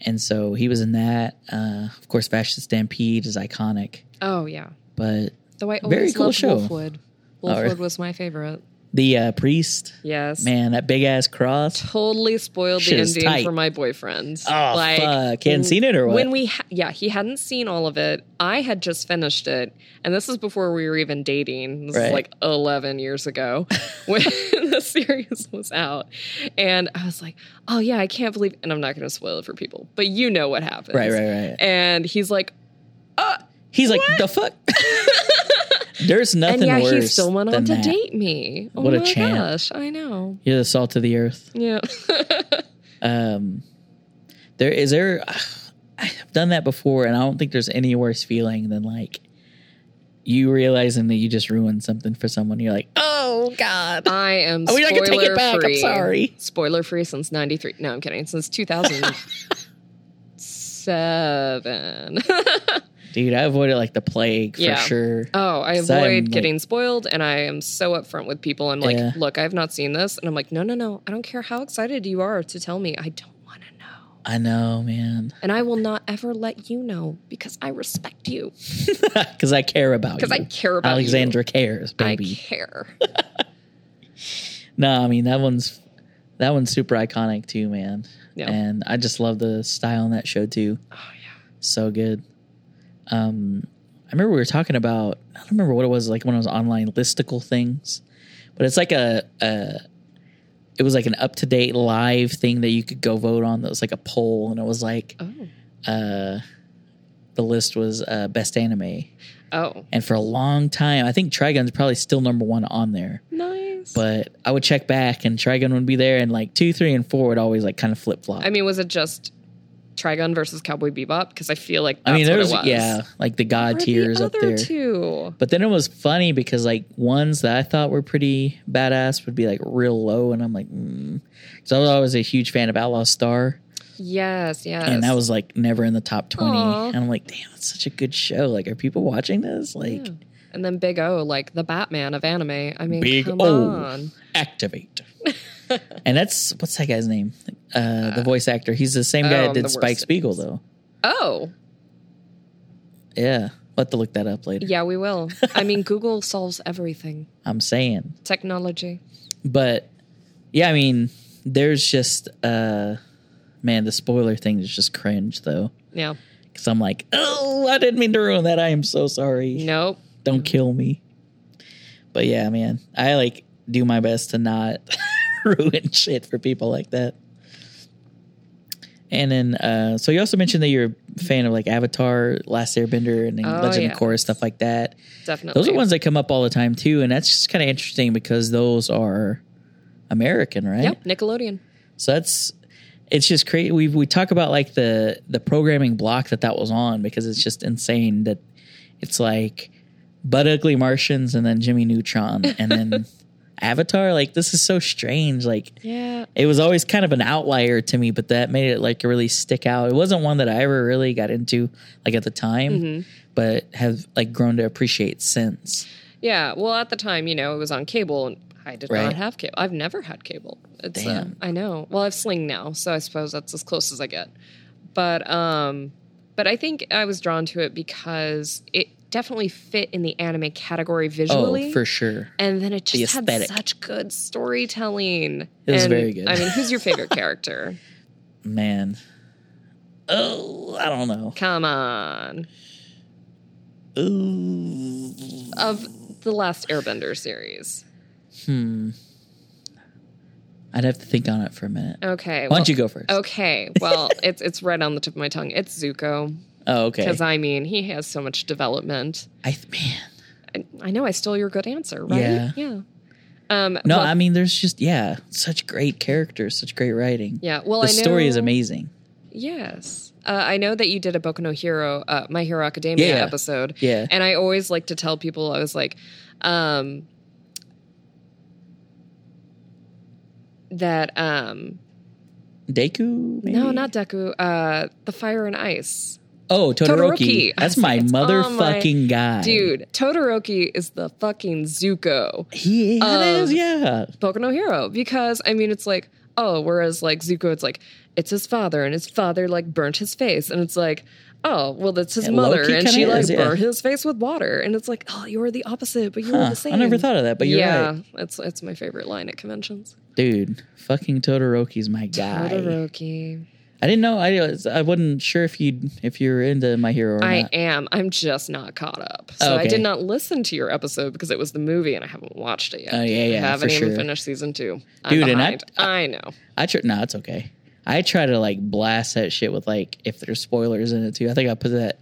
S1: and so he was in that. Uh, of course, Fashion Stampede is iconic,
S2: Oh yeah.
S1: but
S2: Though I
S1: Very
S2: always
S1: cool
S2: loved
S1: show.
S2: Wolfwood.
S1: Oh,
S2: Wolfwood
S1: really?
S2: was my favorite.
S1: the uh, priest,
S2: Yes.
S1: man, that big ass cross.
S2: Totally spoiled
S1: Shit
S2: the
S1: is
S2: ending
S1: tight.
S2: for my boyfriend.
S1: Oh fuck! Hadn't seen it or what?
S2: When we, ha- yeah, he hadn't seen all of it. I had just finished it, and this is before we were even dating. This is
S1: Right.
S2: like eleven years ago when the series was out, and I was like, "Oh yeah, I can't believe." And I'm not going to spoil it for people, but you know what happens,
S1: right, right, right.
S2: And he's like,
S1: He's like, the fuck. There's nothing
S2: "And yeah,
S1: worse
S2: he still went on
S1: than
S2: to
S1: that.
S2: date me." Oh
S1: What a
S2: my
S1: champ.
S2: gosh, I know.
S1: You're the salt of the earth.
S2: Yeah,
S1: um there is there i've done that before and i don't think there's any worse feeling than like you realizing that you just ruined something for someone you're like oh god
S2: I am.
S1: Oh, we're not
S2: spoiler
S1: gonna take it back. I'm
S2: free.
S1: sorry.
S2: Spoiler free since '93. No, I'm kidding. Since 2007.
S1: dude i avoided like the plague for
S2: Yeah.
S1: sure
S2: oh, I
S1: So I'm,
S2: avoid
S1: like-
S2: getting spoiled, and I am so upfront with people. I'm like,
S1: Yeah.
S2: look, I've not seen this, and I'm like, no, no, no. I don't care how excited you are to tell me. I don't want to know,
S1: i know man
S2: and I will not ever let you know because I respect you.
S1: because i care about you
S2: Because I care about you.
S1: alexandra cares
S2: I
S1: baby
S2: care.
S1: no i mean that one's that one's super iconic too man
S2: Yeah.
S1: and i just love the style in that show too
S2: oh yeah.
S1: So good. Um, I remember we were talking about I don't remember what it was like one of those online listicle things, but it's like a, a it was like an up to date live thing that you could go vote on. That was like a poll, and it was like
S2: Oh.
S1: uh, the list was uh, best anime,
S2: Oh.
S1: and for a long time, I think Trigun's probably still number one on there.
S2: Nice.
S1: But I would check back, and Trigun would be there, and like two, three, and four would always like kind of flip flop.
S2: I mean, was it just Trigun versus Cowboy Bebop? Because I feel like that's
S1: I mean, there
S2: what
S1: was,
S2: it was.
S1: yeah, like the god
S2: Or the
S1: tiers up
S2: other
S1: there.
S2: two.
S1: But then it was funny because like ones that I thought were pretty badass would be like real low, and I'm like, mm. so I was always a huge fan of Outlaw Star,
S2: Yes, yes.
S1: and that was like never in the top twenty.
S2: Aw.
S1: And I'm like, damn, that's such a good show. Like, are people watching this? Like,
S2: Yeah. And then Big O, like the Batman of anime. I mean,
S1: Big
S2: come
S1: O.
S2: on.
S1: activate. and that's what's that guy's name? Uh, the voice actor. He's the same guy
S2: oh,
S1: that
S2: I'm the
S1: did
S2: worst
S1: Spike
S2: at
S1: Spiegel,
S2: names.
S1: though.
S2: Oh,
S1: Yeah, I'll have to look that up later.
S2: yeah, we will. I mean, Google solves everything.
S1: I'm saying.
S2: Technology.
S1: but yeah, I mean, there's just uh, man, the spoiler thing is just cringe though,
S2: Yeah.
S1: because I'm like, oh, I didn't mean to ruin that. I am so sorry.
S2: Nope.
S1: Don't kill me. But yeah, man, I like do my best to not ruin shit for people like that. And then, uh, so you also mentioned that you're a fan of like Avatar, Last Airbender, and then
S2: Oh,
S1: Legend
S2: yeah.
S1: of Korra stuff like that.
S2: Definitely.
S1: Those are ones that come up all the time too, and that's just kind of interesting because those are American, right?
S2: Yep. Nickelodeon.
S1: So that's it's just crazy. We we talk about like the the programming block that that was on because it's just insane that it's like Bud Ugly Martians and then Jimmy Neutron and then Avatar. Like this is so strange. Like
S2: Yeah.
S1: it was always kind of an outlier to me, but that made it like really stick out. It wasn't one that I ever really got into like at the time, but have like grown to appreciate since.
S2: Yeah. Well, at the time, you know, it was on cable and I did
S1: Right.
S2: not have cable. I've never had cable. It's uh,
S1: Damn.
S2: I know. Well, I have Sling now, so I suppose that's as close as I get. But um but I think I was drawn to it because it definitely fit in the anime category visually.
S1: Oh, for sure.
S2: and then it
S1: The
S2: just had
S1: aesthetic.
S2: such good storytelling.
S1: It was
S2: And,
S1: very good.
S2: I mean, who's your favorite character?
S1: Man. Oh, I don't know.
S2: Come on.
S1: Ooh.
S2: Of the last Airbender series.
S1: Hmm. I'd have to think on it for a minute.
S2: Okay.
S1: Why
S2: well-
S1: don't you go first?
S2: Okay. Well, it's it's right on the tip of my tongue. It's Zuko.
S1: Oh, okay.
S2: Because I mean, he has so much development.
S1: I th- man.
S2: I, I know I stole your good answer, right?
S1: Yeah.
S2: Um,
S1: No,
S2: well-
S1: I mean, there's just yeah, such great characters, such great writing.
S2: yeah. Well,
S1: the
S2: I know,
S1: story is amazing.
S2: Yes, uh, I know that you did a Boku no Hero, uh, My Hero Academia
S1: Yeah.
S2: episode,
S1: Yeah.
S2: and I always like to tell people I was like, um, that um,
S1: Deku? Maybe?
S2: no, not Deku, uh, the Fire and Ice.
S1: Oh, Todoroki.
S2: Todoroki. I
S1: That's
S2: was
S1: my
S2: like, it's on
S1: motherfucking guy.
S2: Dude, Todoroki is the fucking Zuko.
S1: He yeah, it
S2: Um,
S1: is, yeah.
S2: Boku no Hero because I mean it's like oh whereas like Zuko it's like it's his father and his father like burnt his face and it's like oh well that's his
S1: Yeah,
S2: mother
S1: low-key
S2: and she
S1: kinda
S2: like
S1: is, yeah.
S2: burnt his face with water and it's like oh you're the opposite but you're
S1: Huh,
S2: the same
S1: I never thought of that, but you're
S2: yeah
S1: right.
S2: it's it's my favorite line at conventions
S1: Dude, fucking Todoroki's my guy.
S2: Todoroki
S1: I didn't know I was- I wasn't sure if you if you were into my hero or
S2: I
S1: not. Oh,
S2: am I'm just not caught up so I
S1: Okay.
S2: did not listen to your episode because it was the movie and I haven't watched it yet
S1: Oh, yeah, yeah,
S2: I haven't
S1: for
S2: even
S1: sure.
S2: finished season two I'm
S1: Dude, and I-
S2: behind. I know
S1: I try no, it's okay. I try to like blast that shit with like if there's spoilers in it too. I think I put that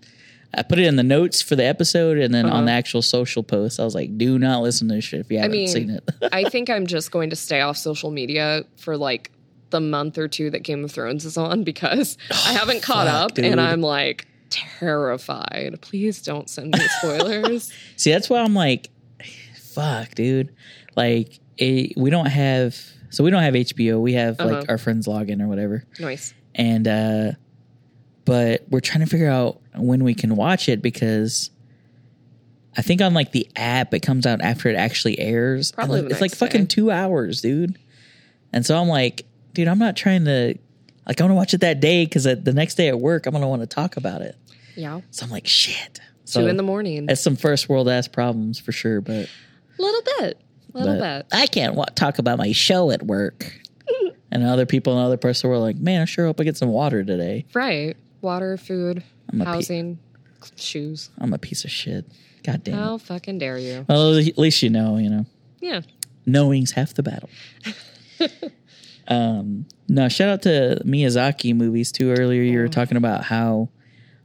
S1: I put it in the notes for the episode and then
S2: Uh-huh.
S1: on the actual social post. I was like, do not listen to this shit if you haven't
S2: mean,
S1: seen it.
S2: I think I'm just going to stay off social media for like the month or two that Game of Thrones is on because I haven't caught
S1: Oh, fuck,
S2: up
S1: dude.
S2: and I'm like terrified. Please don't send me spoilers.
S1: See, that's why I'm like, fuck, dude. Like, it, we don't have, so we don't have HBO. We have
S2: Uh-huh.
S1: like our friends login or whatever,
S2: nice.
S1: and uh, but we're trying to figure out when we can watch it because I think on like the app it comes out after it actually airs.
S2: Probably
S1: And
S2: the
S1: it's like
S2: next
S1: fucking
S2: day.
S1: two hours, dude. And so I'm like, dude, I'm not trying to. Like I'm gonna watch it that day because the next day at work I'm gonna want to talk about it.
S2: Yeah.
S1: So I'm like, shit.
S2: two
S1: So
S2: in the morning. A
S1: that's some first world ass problems for sure, but
S2: little bit. little
S1: but
S2: bit.
S1: I can't wa- talk about my show at work. and other people in other parts of the world are like, man, I sure hope I get some water today.
S2: Right. Water, food,
S1: I'm a pe-
S2: housing, shoes.
S1: I'm a piece of shit. God damn it.
S2: How fucking dare you?
S1: Well, at least you know, you know.
S2: Yeah.
S1: Knowing's half the battle. um, no, shout out to Miyazaki movies too. Earlier,
S2: Oh.
S1: you were talking about how,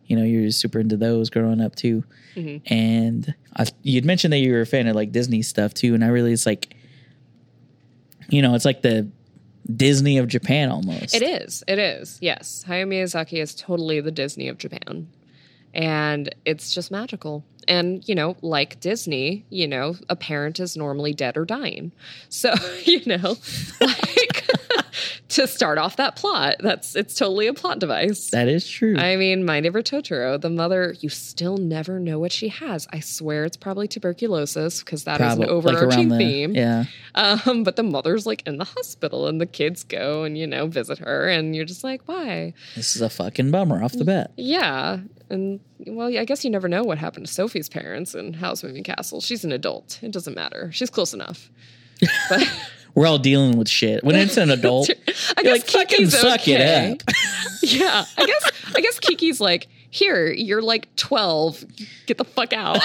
S1: you know, you were super into those growing up too,
S2: Mm-hmm.
S1: and I, you'd mentioned that you were a fan of like Disney stuff too. And I really, it's like, you know, it's like the Disney of Japan almost.
S2: It is. It is. Yes. Hayao Miyazaki is totally the Disney of Japan. And it's just magical. And, you know, like Disney, you know, a parent is normally dead or dying. So, you know, like to start off that plot, that's it's totally a plot device.
S1: That is true.
S2: I mean, my neighbor Totoro, the mother, you still never know what she has. I swear it's probably tuberculosis because that is
S1: Probably
S2: an overarching
S1: the,
S2: theme.
S1: Yeah.
S2: Um, but the mother's like in the hospital and the kids go and, you know, visit her and you're just like, why?
S1: This is a fucking bummer off the bat.
S2: Yeah. And well, I guess you never know what happened to Sophie's parents in House Moving Castle. She's an adult. It doesn't matter. She's close enough. But
S1: We're all dealing with shit. When it's an adult,
S2: I
S1: you're
S2: guess
S1: like, fucking
S2: Kiki's
S1: suck
S2: okay.
S1: it up.
S2: yeah. I guess I guess Kiki's like, here, you're like twelve. Get the fuck out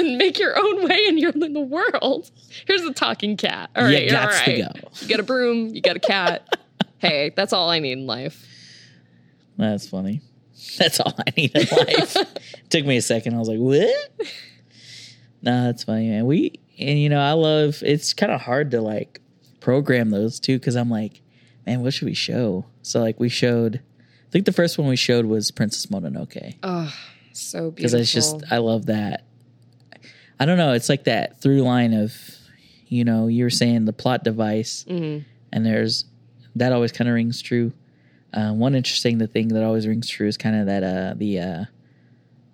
S2: and make your own way and you're in the world. Here's a talking cat. All
S1: You
S2: right, all
S1: gots
S2: right.
S1: to go.
S2: You got a broom, you got a cat. hey, that's all I need in life.
S1: That's funny. That's all I need in life. Took me a second. I was like, what? Nah, that's funny, man. We and you know, I love it's kind of hard to like program those too, because I'm like, man, what should we show? So like we showed I think the first one we showed was Princess Mononoke.
S2: Oh, so
S1: Because
S2: beautiful.
S1: it's just I love that. I don't know, it's like that through line of you know, you were saying the plot device,
S2: Mm.
S1: and there's that always kind of rings true. Uh, one interesting the thing that always rings true is kind of that uh, the uh,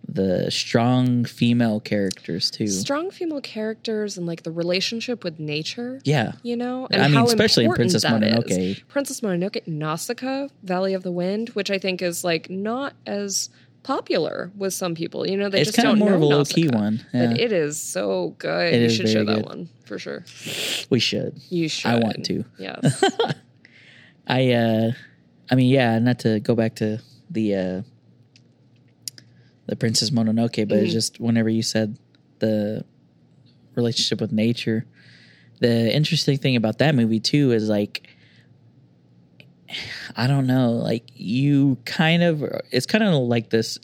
S1: the strong female characters too.
S2: Strong female characters and like the relationship with nature.
S1: yeah,
S2: You know,
S1: I mean,
S2: how
S1: especially in
S2: important
S1: Princess
S2: that is.
S1: Mononoke.
S2: Princess Mononoke, Nausicaa, Valley of the Wind, which I think is like not as popular with some people. You know, they
S1: it's
S2: just
S1: kind
S2: don't
S1: of more
S2: know
S1: of a low key
S2: Nausicaa.
S1: one.
S2: But
S1: Yeah,
S2: it is so good.
S1: It
S2: you
S1: is
S2: should show
S1: very good.
S2: that one for sure.
S1: we should.
S2: You should.
S1: I want to.
S2: Yes.
S1: I uh I mean yeah, not to go back to the uh the Princess Mononoke,
S2: Mm-hmm.
S1: but it's just whenever you said the relationship with nature, the interesting thing about that movie too is like I don't know, like you kind of it's kind of like this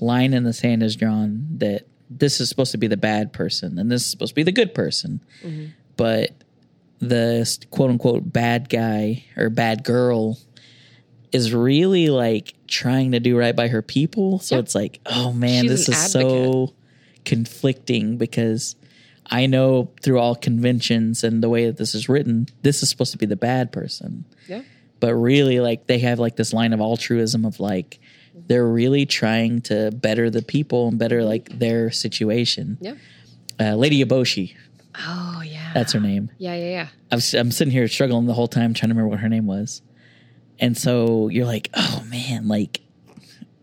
S1: line in the sand is drawn that this is supposed to be the bad person and this is supposed to be the good person.
S2: Mm-hmm.
S1: But the quote unquote bad guy or bad girl is really like trying to do right by her people. So
S2: Yeah.
S1: it's like, oh man,
S2: She's
S1: this
S2: an
S1: is so conflicting because I know through all conventions and the way that this is written, this is supposed to be the bad person
S2: yeah.
S1: but really like they have like this line of altruism of like they're really trying to better the people and better like their situation.
S2: Yeah.
S1: Uh, Lady Eboshi,
S2: Oh yeah.
S1: that's her name.
S2: yeah, yeah, yeah.
S1: I'm, s- I'm sitting here struggling the whole time trying to remember what her name was, and so you're like, oh man, like,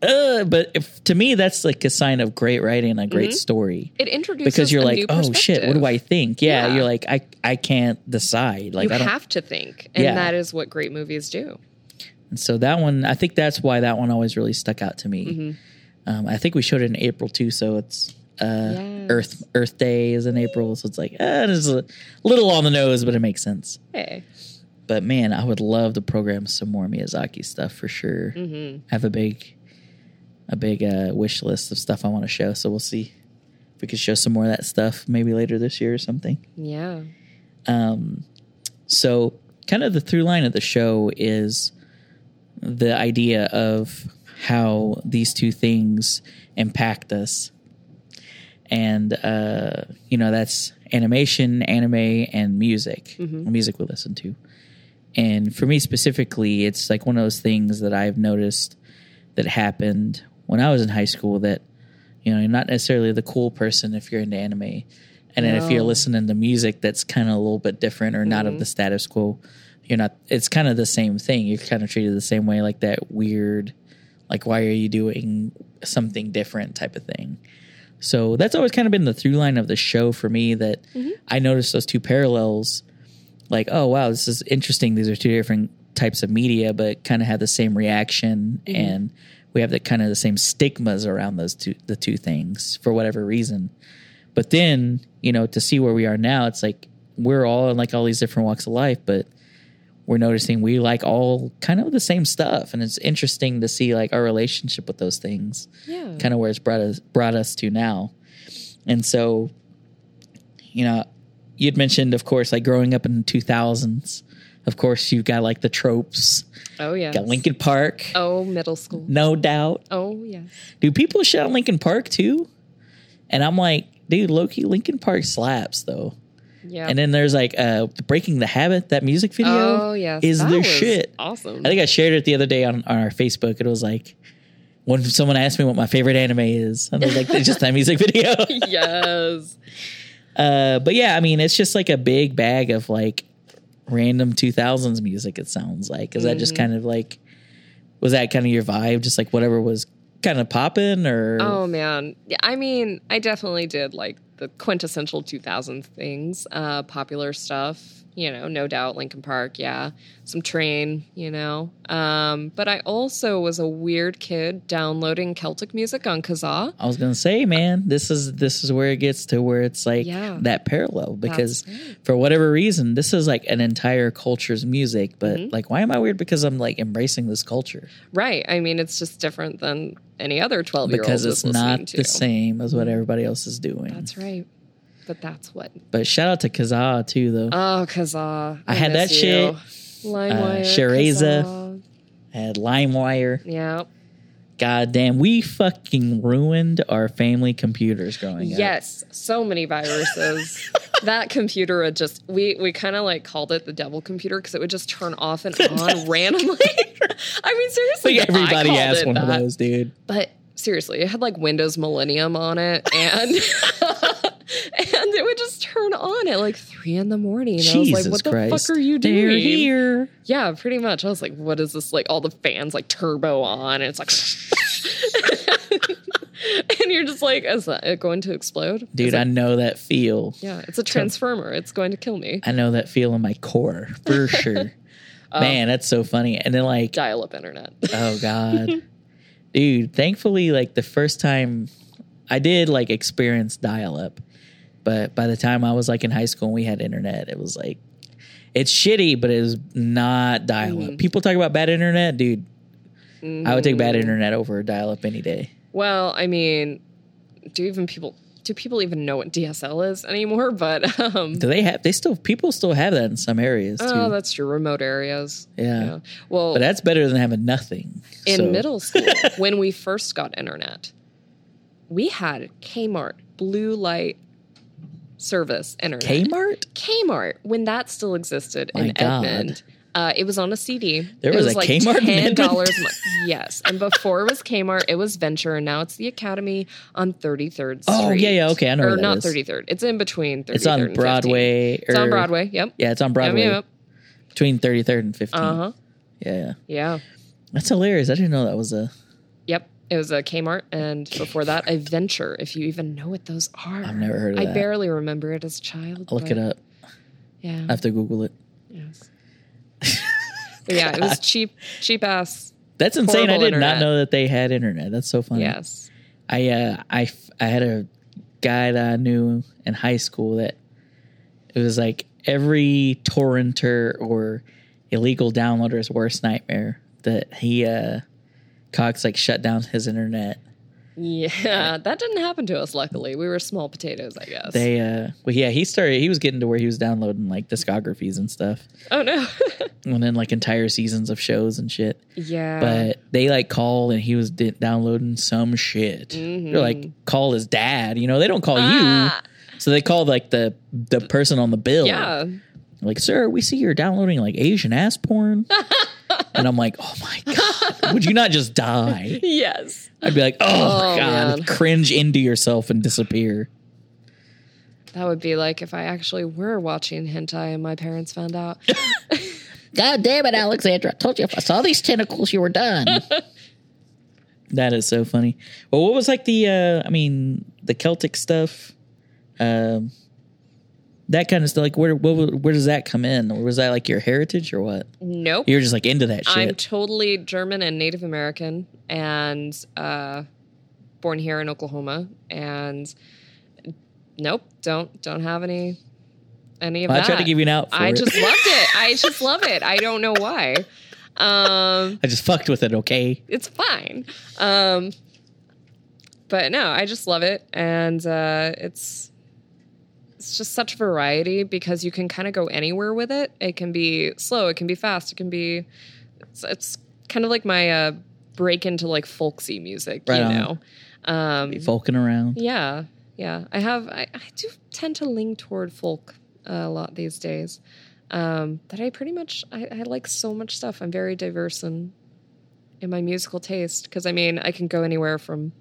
S1: uh, but if, to me that's like a sign of great writing, and a great story.
S2: It introduces
S1: Because you're
S2: Mm-hmm. a
S1: like,
S2: new
S1: oh shit, what do I
S2: perspective.
S1: think? Yeah,
S2: Yeah.
S1: you're like, I I can't decide. Like,
S2: you
S1: I don't,
S2: have to think, and
S1: Yeah.
S2: that is what great movies do.
S1: And so that one, I think that's why that one always really stuck out to me. Um, I think we showed it in April too, so it's uh,
S2: Yes.
S1: Earth Earth Day is in April, so it's like eh, it's a little on the nose, but it makes sense.
S2: Hey,
S1: But man, I would love to program some more Miyazaki stuff for sure. Mm-hmm. I have a big, a big uh, wish list of stuff I want to show, so we'll see if we could show some more of that stuff maybe later this year or something.
S2: yeah,
S1: Um, so, kind of the through line of the show is the idea of how these two things impact us. And, uh, you know, that's animation, anime, and music, music we listen to. And for me specifically, it's like one of those things that I've noticed that happened when I was in high school that, you know, you're not necessarily the cool person if you're into anime. And then if you're
S2: No.
S1: listening to music that's kind of a little bit different or not of the status quo, you're not, it's kind of the same thing. You're kind of treated the same way, like that weird, like, why are you doing something different type of thing. So that's always kind of been the through line of the show for me that I noticed those two parallels like, oh wow, this is interesting. These are two different types of media, but kind of have the same reaction, and we have the kind of the same stigmas around those two the two things for whatever reason. But then you know to see where we are now, it's like we're all in like all these different walks of life, but we're noticing we like all kind of the same stuff, and it's interesting to see like our relationship with those things
S2: yeah.
S1: kind of where it's brought us brought us to now. And so, you know, you'd mentioned, of course, like growing up in the two thousands. Of course, you've got like the tropes.
S2: Oh yeah.
S1: Got Lincoln Park,
S2: Oh, middle school.
S1: no doubt.
S2: Oh yes.
S1: Do people shit on Lincoln Park too? And I'm like, dude, Loki, Lincoln Park slaps though.
S2: Yeah.
S1: And then there's like uh Breaking the Habit, that music video
S2: oh yes.
S1: is
S2: that
S1: their
S2: was
S1: shit.
S2: Awesome.
S1: I think I shared it the other day on, on our Facebook. It was like when someone asked me what my favorite anime is, and I was like, "It's just that music video."
S2: yes.
S1: Uh, but yeah, I mean, it's just like a big bag of like random 2000s music, it sounds like. Is that just
S2: Mm-hmm.
S1: kind of like, was that kind of your vibe? Just like whatever was kind of popping or?
S2: Oh man. Yeah, I mean, I definitely did like the quintessential 2000 things, uh, popular stuff. You know, no doubt Lincoln Park. Yeah, some train. You know, um, but I also was a weird kid downloading Celtic music on Kazaa.
S1: I was gonna say, man, this is this is where it gets to where it's like
S2: Yeah.
S1: that parallel because
S2: That's
S1: for whatever reason, this is like an entire culture's music. But
S2: Mm-hmm.
S1: like, why am I weird? Because I'm like embracing this culture
S2: Right. I mean, it's just different than any other 12 year old.
S1: because it's not
S2: to. Mm-hmm.
S1: the same as what everybody else is doing.
S2: That's right. But that's what.
S1: But shout out to Kazaa too, though.
S2: Oh, Kazaa.
S1: I had that
S2: miss
S1: shit. Uh,
S2: you. LimeWire.
S1: Shareza.
S2: Kazaa.
S1: I had LimeWire.
S2: Yeah.
S1: God damn, we fucking ruined our family computers growing up.
S2: Yes, so many viruses. that computer would just we we kind of like called it the devil computer because it would just turn off and on randomly. I mean, seriously,
S1: Like everybody
S2: I called
S1: has
S2: it
S1: one of
S2: that.
S1: those, dude.
S2: But seriously, it had like Windows Millennium on it, and and it would just turn on at like three in the morning. And I was like,
S1: Jesus
S2: "What
S1: Christ.
S2: the fuck are you doing?"
S1: They're here.
S2: Yeah, pretty much. I was like, "What is this?" Like all the fans like turbo on, and it's like. and you're just like, is that going to explode? Is
S1: Dude,
S2: it
S1: I know that feel.
S2: yeah, it's a transformer. It's going to kill me.
S1: I know that feel in my core for sure.
S2: Um,
S1: Man, that's so funny. And then like
S2: Dial up internet.
S1: Oh God, dude! Thankfully, like the first time I did like experience dial up, but by the time I was like in high school and we had internet, it was like it's shitty, but it was not dial
S2: Mm-hmm.
S1: up. People talk about bad internet, dude. I would take bad
S2: Mm-hmm.
S1: internet over dial up any day.
S2: Mm. Well, I mean, do even people do people even know what DSL is anymore? But um
S1: Do they have? They still people still have that in some areas too.
S2: Oh, that's your remote areas.
S1: Yeah.
S2: Well,
S1: but that's better than having nothing.
S2: in
S1: so-
S2: middle school, when we first got internet, we had Kmart blue light service internet.
S1: Kmart,
S2: Kmart when that still existed
S1: My
S2: in
S1: God.
S2: Edmond. Uh, it was on a CD.
S1: There
S2: it
S1: was a Kmart in
S2: ten
S1: Edmond?
S2: dollars a month. Yes, and before it was Kmart, it was Venture, and now it's the Academy on Thirty Third Street.
S1: Oh, yeah, yeah, okay, I know
S2: Or
S1: where that
S2: not
S1: is.
S2: Thirty Third. It's in between. 33rd
S1: it's on
S2: and
S1: Broadway.
S2: 15th. It's on
S1: or-
S2: Broadway. Yep.
S1: Yeah, it's on Broadway Hmm.
S2: Yep.
S1: between thirty third and 15th
S2: Uh huh.
S1: Yeah.
S2: Yeah.
S1: That's hilarious. I didn't know that was a.
S2: Yep. It was a Kmart, and before that, a Venture. If you even know what those are,
S1: I've never heard of
S2: I
S1: that.
S2: barely remember it as a child.
S1: I'll look
S2: but
S1: it up.
S2: Yeah.
S1: I have to Google it.
S2: yes. But yeah, it was cheap, cheap ass.
S1: That's insane. I
S2: Horrible
S1: did not
S2: internet.
S1: know that they had internet. That's so funny.
S2: Yes.
S1: I uh, I f- I had a guy that I knew in high school that it was like every torrenter or illegal downloader's worst nightmare that he uh Cox like shut down his internet.
S2: Yeah, that didn't happen to us. Luckily, we were small potatoes, I guess.
S1: They uh well yeah, he started he was getting to where he was downloading like discographies and stuff
S2: oh no.
S1: and then like entire seasons of shows and shit.
S2: yeah.
S1: but they like called and he was di- downloading some shit. They're like call his dad, you know. They don't call
S2: Mm-hmm. Ah.
S1: you, so they call like the the person on the bill.
S2: yeah,
S1: like sir, we see you're downloading like Asian ass porn, and I'm like, oh my god, would you not just die?
S2: yes.
S1: I'd be like, oh,
S2: Oh,
S1: god,
S2: man.
S1: cringe into yourself and disappear.
S2: That would be like if I actually were watching hentai and my parents found out.
S1: God damn it, Alexandra! I told you if I saw these tentacles, you were done. that is so funny. Well, what was like the? uh I mean, the Celtic stuff, um, that kind of stuff. Like, where what, wa- where does that come in? Or was that like your heritage or what?
S2: nope.
S1: You're just like into that shit.
S2: I'm totally German and Native American and uh, born here in Oklahoma and nope, don't don't have any any of
S1: Well, I
S2: that.
S1: tried to give you an out. For
S2: I
S1: it.
S2: just loved it. I just love it. I don't know why. Um
S1: I just fucked with it. Okay,
S2: it's fine. Um, but no, I just love it, and uh, it's it's just such variety because you can kind of go anywhere with it. It can be slow, it can be fast, it can be. It's, it's kind of like my uh, break into like folksy music,
S1: Right
S2: you
S1: on.
S2: know. Um,
S1: folking around.
S2: yeah, yeah. I have. I, I do tend to lean toward folk uh, a lot these days. Um, but I pretty much I, I like so much stuff. I'm very diverse in in my musical taste because I mean I can go anywhere from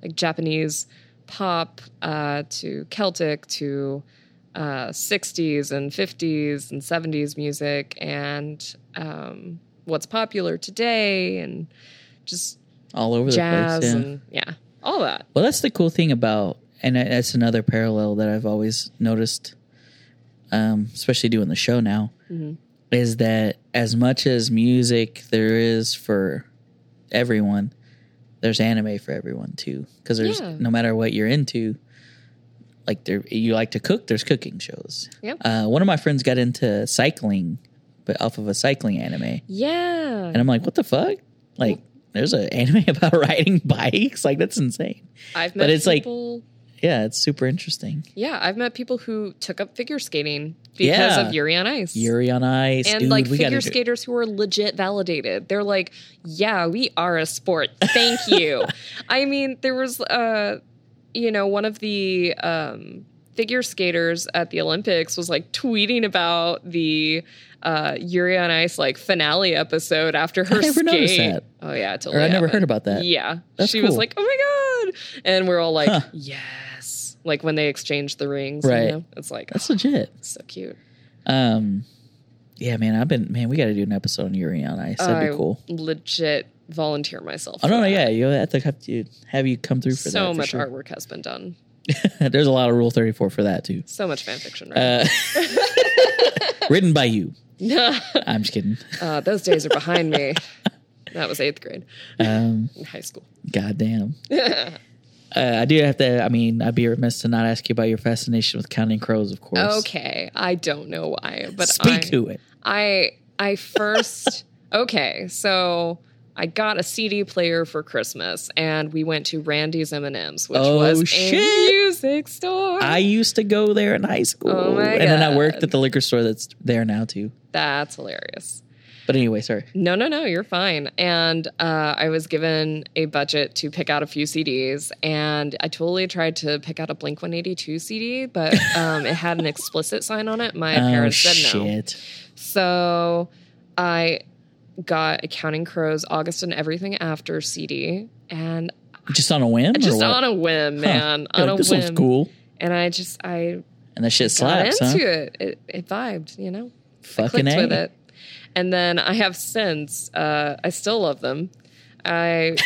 S2: like Japanese pop uh, to Celtic to uh, 60s and 50s and 70s music and um, what's popular today and just
S1: All over the
S2: jazz
S1: place. Yeah.
S2: and yeah all that
S1: Well, that's the cool thing about, and I- that's another parallel that I've always noticed, um, especially doing the show now, is that as much as music there is for everyone, there's anime for everyone too. Because there's
S2: Yeah.
S1: no matter what you're into, like there you like to cook, there's cooking shows.
S2: Yep.
S1: Uh, one of my friends got into cycling, but off of a cycling anime.
S2: yeah
S1: And I'm like, what the fuck? Like, there's an anime about riding bikes? Like, that's insane.
S2: I've met
S1: But it's like-
S2: people,
S1: Yeah, it's super interesting.
S2: yeah, I've met people who took up figure skating because
S1: Yeah.
S2: of Yuri on Ice.
S1: Yuri on ice,
S2: and
S1: dude,
S2: like
S1: we gotta
S2: figure
S1: do-
S2: skaters who are legit validated. They're like, yeah, we are a sport. Thank you. I mean, there was uh, you know, one of the um figure skaters at the Olympics was like tweeting about the uh Yuri on Ice like finale episode after her
S1: I never
S2: skate.
S1: noticed that.
S2: Oh yeah, it
S1: Or
S2: totally.
S1: I never
S2: happened.
S1: heard about that.
S2: Yeah.
S1: That's
S2: she
S1: cool.
S2: was like, "Oh my god." And we're all like,
S1: Huh.
S2: "Yes." Like when they exchange the rings,
S1: Right.
S2: you know? It's like, "Oh,
S1: That's legit.
S2: so cute.
S1: Um, yeah, man, I've been man. We got to do an episode on Yuri on Ice. That'd
S2: I
S1: be cool.
S2: Legit volunteer myself.
S1: Oh
S2: for
S1: no, no,
S2: that.
S1: yeah, you have to have to have you come through for
S2: So
S1: that. for
S2: much
S1: sure.
S2: artwork has been done.
S1: There's a lot of Rule Thirty Four for that too.
S2: So much fan fiction. Right?
S1: Uh, written by you.
S2: Uh,
S1: I'm just kidding.
S2: those days are behind me. That was eighth grade
S1: Um,
S2: in high school.
S1: goddamn. Uh, I do have to. I mean, I'd be remiss to not ask you about your fascination with counting crows, of course.
S2: Okay, I don't know why, but
S1: Speak
S2: I,
S1: to it.
S2: I I first okay, so I got a CD player for Christmas, and we went to Randy's M and M's, which
S1: Oh,
S2: was a
S1: shit.
S2: music store.
S1: I used to go there in high school,
S2: Oh my
S1: and then I
S2: God.
S1: worked at the liquor store that's there now too.
S2: That's hilarious.
S1: But anyway, sorry.
S2: No, no, no, you're fine. And uh, I was given a budget to pick out a few CDs, and I totally tried to pick out a Blink 182 CD, but um, it had an explicit sign on it. My
S1: oh
S2: parents said no.
S1: shit!
S2: So I got a Counting Crows August and Everything After CD, and
S1: Just on a whim? or
S2: just
S1: what?
S2: on a whim,
S1: Huh.
S2: man,
S1: You're
S2: on
S1: like,
S2: a
S1: this one's
S2: whim.
S1: cool,
S2: And I just I
S1: and that shit
S2: got
S1: slaps, huh?
S2: into it. it. It vibed, you know.
S1: Fucking
S2: clicked
S1: A.
S2: with it. And then I have since. Uh, I still love them. I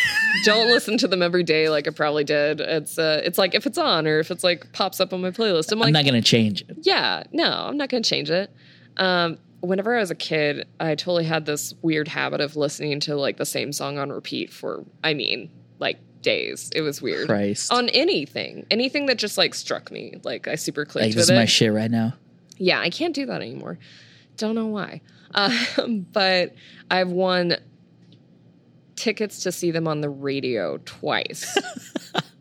S2: don't listen to them every day like I probably did. It's uh, it's like if it's on or if it's like pops up on my playlist, I'm like,
S1: I'm not gonna change it.
S2: yeah, no, I'm not gonna change it. Um, whenever I was a kid, I totally had this weird habit of listening to like the same song on repeat for, I mean, like days. It was weird.
S1: Christ,
S2: On anything, anything that just like struck me, like I super clicked
S1: like
S2: with
S1: this is
S2: it.
S1: my shit right now.
S2: Yeah, I can't do that anymore. Don't know why. Um, but I've won tickets to see them on the radio twice.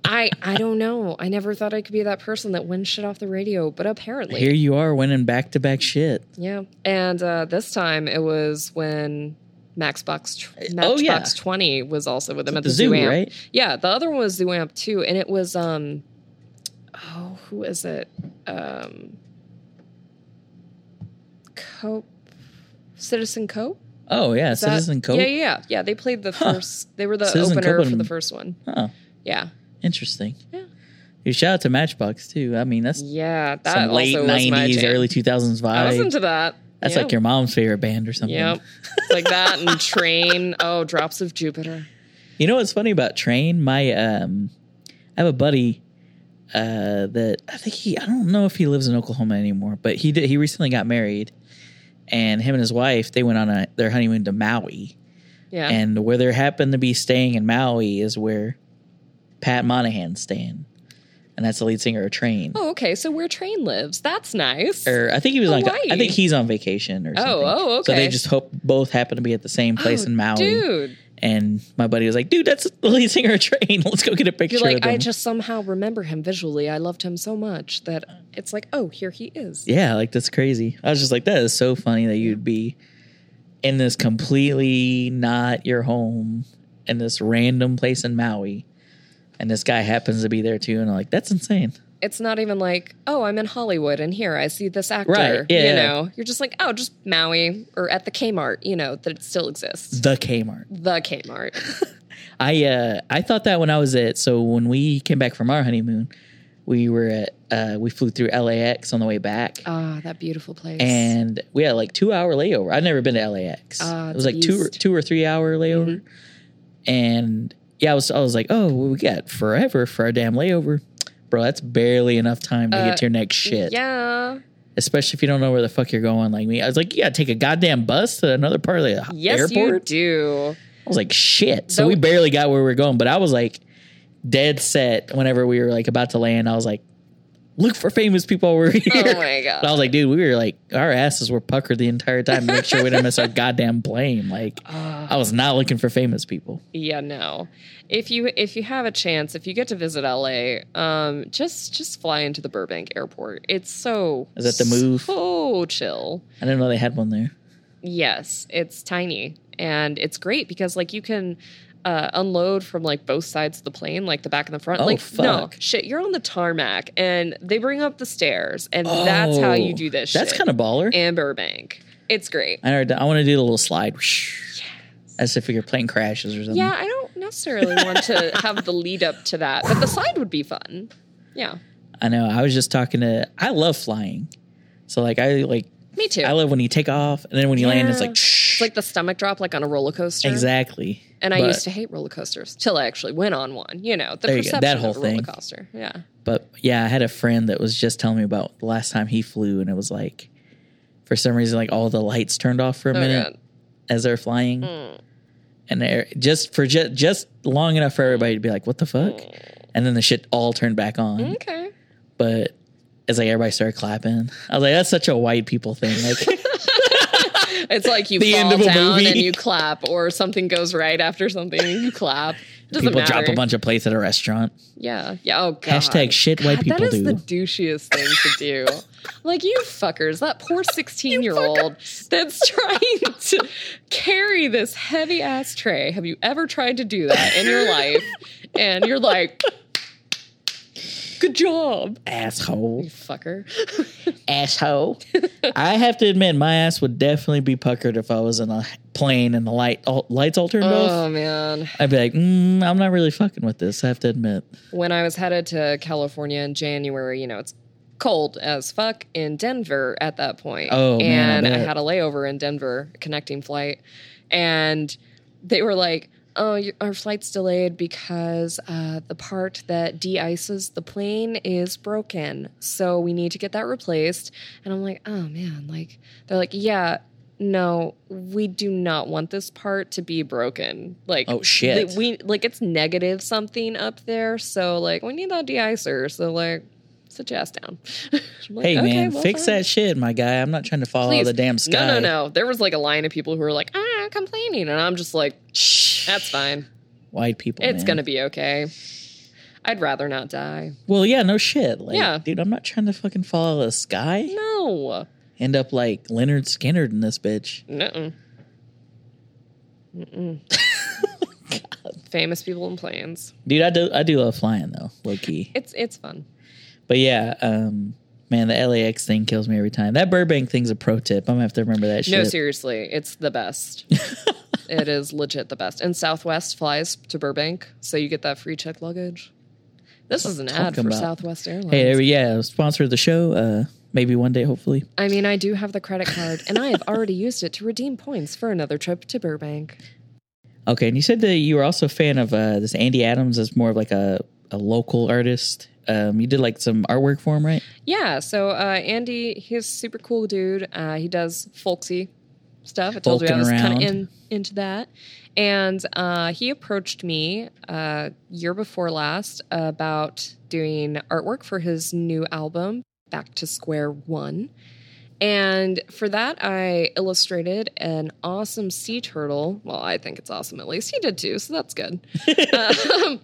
S2: I I don't know. I never thought I could be that person that wins shit off the radio, but apparently,
S1: Here you are winning back to back shit.
S2: yeah. And uh, this time it was when Maxbox tw- Matchbox
S1: Oh, yeah.
S2: Twenty was also with them at
S1: The
S2: the
S1: zoo,
S2: zoo, amp.
S1: right?
S2: Yeah, the other one was zoo amp too, and it was um, oh, who is it? Um, Cope, Citizen Cope.
S1: Oh yeah,
S2: Is that-
S1: Citizen Cope.
S2: Yeah, yeah, yeah, yeah. They played the
S1: Huh.
S2: first. They were the
S1: Citizen
S2: opener
S1: Cope
S2: for the
S1: and-
S2: first one.
S1: Huh.
S2: Yeah,
S1: Interesting.
S2: Yeah.
S1: Dude, shout out to Matchbox too. I mean, that's
S2: yeah. That
S1: some
S2: also
S1: late
S2: was my
S1: '90s,
S2: jam.
S1: early 2000s
S2: I listened
S1: vibe.
S2: to that.
S1: That's
S2: Yeah.
S1: like your mom's favorite band or something.
S2: Yep. like that and train. Oh, drops of Jupiter.
S1: You know what's funny about Train? My um, I have a buddy uh, that I think he I don't know if he lives in Oklahoma anymore, but he did, he recently got married, and him and his wife they went on a, their honeymoon to Maui,
S2: Yeah.
S1: and where they happened to be staying in Maui is where Pat Monahan's staying, and that's the lead singer of Train.
S2: oh, okay. So where train lives. That's nice.
S1: Or I think he was on. I
S2: Hawaii.
S1: think he's on vacation or
S2: Oh,
S1: something.
S2: oh,
S1: So they
S2: okay.
S1: just hope both happen to be at the same place
S2: Oh,
S1: in Maui.
S2: Dude.
S1: And my buddy was like, "Dude, that's the lead singer of Train. Let's go get a picture
S2: You're like,
S1: of him."
S2: I just somehow remember him visually. I loved him so much that it's like, oh, here he is.
S1: Yeah, like that's crazy. I was just like, that is so funny that you'd be in this completely not your home in this random place in Maui. And this guy happens to be there too. And I'm like, that's insane.
S2: It's not even like, oh, I'm in Hollywood and here I see this actor.
S1: Right, yeah, yeah.
S2: You know, you're just like, oh, just Maui or at the Kmart, you know, that it still exists.
S1: The Kmart.
S2: The Kmart.
S1: I uh I thought that when I was at so when we came back from our honeymoon, we were at uh we flew through LAX on the way back.
S2: Ah, that beautiful place.
S1: and we had like two hour layover. I'd never been to LAX.
S2: Ah, Mm-hmm.
S1: it
S2: it's
S1: was like two or,
S2: beast.
S1: two or three hour layover, and yeah, I was I was like, oh, well, we got forever for our damn layover, bro. That's barely enough time to
S2: Uh,
S1: get to your next shit,
S2: Yeah.
S1: especially if you don't know where the fuck you're going. Like me, I was like, you gotta take a goddamn bus to another part of the
S2: Yes, you
S1: airport.
S2: do.
S1: I was like, shit. So
S2: Though-
S1: we barely got where we were going, but I was like, dead set. Whenever we were like about to land, I was like. look for famous people while we're here.
S2: Oh my
S1: And I
S2: god.
S1: was like, dude, we were like, our asses were puckered the entire time to make sure we didn't miss our goddamn plane. Like, I was not looking for famous people.
S2: Yeah, no. If you if you have a chance, if you get to visit LA, um, just just fly into the Burbank airport. It's so
S1: Is that the move?
S2: So chill.
S1: I didn't know they had one there.
S2: Yes, it's tiny and it's great because like you can uh, unload from like both sides of the plane, like the back and the front.
S1: Oh,
S2: like no
S1: fuck.
S2: shit, you're on the tarmac and they bring up the stairs, and that's how you
S1: Oh,
S2: do this.
S1: That's
S2: shit.
S1: kind of baller.
S2: in Burbank. It's great.
S1: I, already- I want to do the little slide. As if your plane crashes or something.
S2: Yeah, I don't necessarily want to have the lead up to that, but the slide would be fun. Yeah,
S1: I know. I was just talking to. I love flying, so like I like.
S2: me too.
S1: I love when you take off and then when you land, it's
S2: Yeah.
S1: like shh.
S2: it's like the stomach drop, like on a roller coaster.
S1: exactly.
S2: And I
S1: but,
S2: used to hate roller coasters till I actually went on one. You know, the
S1: There you go,
S2: perception
S1: that whole
S2: of a roller
S1: thing.
S2: coaster. Yeah.
S1: But yeah, I had a friend that was just telling me about the last time he flew, and it was like, for some reason, like all the lights turned off for a
S2: Oh,
S1: minute
S2: God. Hmm.
S1: as they're flying,
S2: Mm.
S1: and they're, just for just just long enough for everybody to be like, "What the fuck?"
S2: Hmm.
S1: And then the shit all turned back on.
S2: Okay.
S1: But it's like everybody started clapping. I was like, "That's such a white people thing." Like.
S2: It's like you
S1: The
S2: fall
S1: end of a
S2: down
S1: movie.
S2: and you clap, or something goes right after something and you clap. Doesn't
S1: People
S2: matter.
S1: drop a bunch of plates at a restaurant.
S2: Yeah. Yeah. Oh, God.
S1: Hashtag shit white people
S2: That is
S1: do.
S2: the douchiest thing to do. like you fuckers, that poor sixteen-year-old that's trying to carry this heavy ass tray. Have you ever tried to do that in your life? And you're like, good job,
S1: asshole.
S2: you fucker.
S1: Asshole. I have to admit, my ass would definitely be puckered if I was in a plane and the light all, lights all turned off.
S2: Oh man.
S1: I'd be like, mm, I'm not really fucking with this. I have to admit.
S2: when I was headed to California in January, you know, it's cold as fuck in Denver at that point.
S1: Oh, man,
S2: and
S1: I
S2: I
S1: bet.
S2: had a layover in Denver, a connecting flight, and they were like, "Oh, your, our flight's delayed because uh, the part that de-ices the plane is broken, so we need to get that replaced." And I'm like, "Oh man!" Like they're like, "Yeah." No, we do not want this part to be broken. Like,
S1: Oh, shit.
S2: the- we like it's negative something up there, so like we need that de-icer. So like, sit your ass down. I'm like,
S1: Hey,
S2: "Okay,
S1: man,
S2: well,
S1: fix
S2: fine."
S1: that shit, my guy. I'm not trying to fall out
S2: Please.
S1: of the damn sky.
S2: No, no, no. There was like a line of people who were like, ah, complaining, and I'm just like,
S1: Shh.
S2: that's fine.
S1: White people.
S2: It's
S1: man.
S2: gonna be okay. I'd rather not die.
S1: Well, yeah, no shit. Like,
S2: Yeah.
S1: dude, I'm not trying to fucking fall out of the sky.
S2: No,
S1: End up like Leonard Skinner in this bitch.
S2: no. Mm-mm. Famous people in planes.
S1: Dude, I do, I do love flying though, low key.
S2: It's it's fun.
S1: But yeah, um, man, the LAX thing kills me every time. That Burbank thing's a pro tip. I'm gonna have to remember that shit.
S2: No, seriously, it's the best. it is legit the best. And Southwest flies to Burbank, so you get that free checked luggage. This is an ad for
S1: talking about.
S2: Southwest Airlines.
S1: Hey, there we- yeah, sponsor of the show. Uh, maybe one day, hopefully.
S2: I mean, I do have the credit card, and I have already used it to redeem points for another trip to Burbank.
S1: Okay, and you said that you were also a fan of uh, this Andy Adams as more of like a, a local artist. Um, you did like some artwork for him, right?
S2: Yeah, so uh, Andy, he's a super cool dude. Uh, he does folksy stuff. I told you I
S1: Folking
S2: was kind
S1: around.
S2: of in, into that. And uh, he approached me uh, year before last about doing artwork for his new album, Back to Square One. And for that, I illustrated an awesome sea turtle. Well, I think it's awesome at least. He did too, so that's good. Um,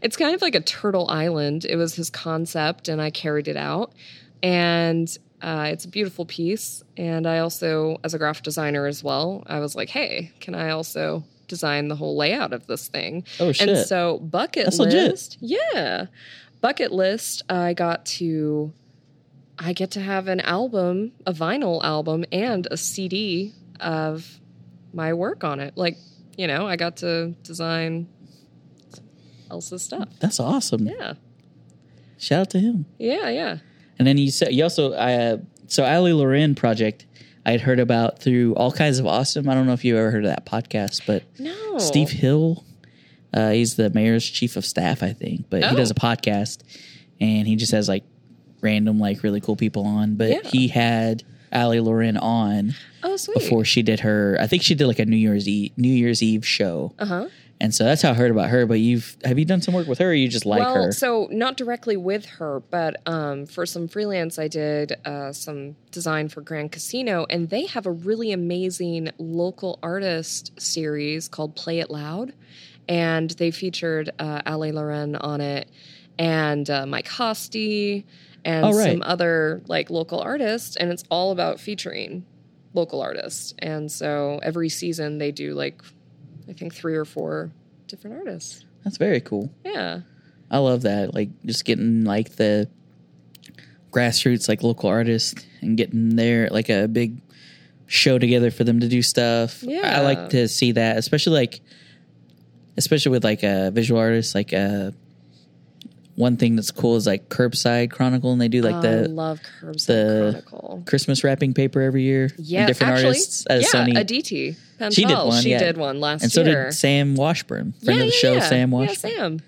S2: it's kind of like a turtle island. It was his concept, and I carried it out. And uh, it's a beautiful piece. And I also, as a graphic designer as well, I was like, hey, can I also design the whole layout of this thing?
S1: Oh shit!
S2: And so bucket
S1: That's legit.
S2: list, yeah, bucket list. I got to, I get to have an album, a vinyl album, and a CD of my work on it. Like, you know, I got to design Elsa's stuff.
S1: That's awesome.
S2: Yeah,
S1: Shout out to him.
S2: yeah, yeah.
S1: And then you said you also uh, so Ali Loren project. I had heard about through all kinds of awesome. I don't know if you ever heard of that podcast, but
S2: No,
S1: Steve Hill. Uh, he's the mayor's chief of staff, I think, but he
S2: Oh.
S1: does a podcast, and he just has like random, like really cool people on. But
S2: Yeah.
S1: he had Ali Loren on
S2: Oh, sweet.
S1: before she did her. I think she did like a New E, Year's Eve, New Year's Eve show,
S2: uh huh.
S1: And so that's how I heard about her. But you've have you done some work with her? or You just like
S2: well,
S1: her?
S2: so not directly with her, but um, for some freelance, I did uh, some design for Grand Casino, and they have a really amazing local artist series called Play It Loud, and they featured uh, Ali Loren on it, and uh, Mike Hosty, and
S1: Oh, right.
S2: some other like local artists, and it's all about featuring local artists, and so every season they do like I think three or four different artists.
S1: that's very cool.
S2: Yeah.
S1: I love that. Like just getting like the grassroots, like local artists, and getting their like a big show together for them to do stuff. I
S2: Yeah.
S1: like to see that, especially like, especially with like a visual artist. Like uh one thing that's cool is like Curbside Chronicle, and they do like
S2: Oh, I
S1: the
S2: love Curbside
S1: the-
S2: Chronicle.
S1: Christmas wrapping paper every year.
S2: Yeah,
S1: different
S2: actually,
S1: artists at
S2: yeah,
S1: Sony.
S2: Aditi Pentel.
S1: She
S2: She
S1: did
S2: did
S1: one,
S2: one,
S1: yeah.
S2: last
S1: and so
S2: year.
S1: did Sam Washburn, friend of the show, Sam Washburn.
S2: Yeah, Sam.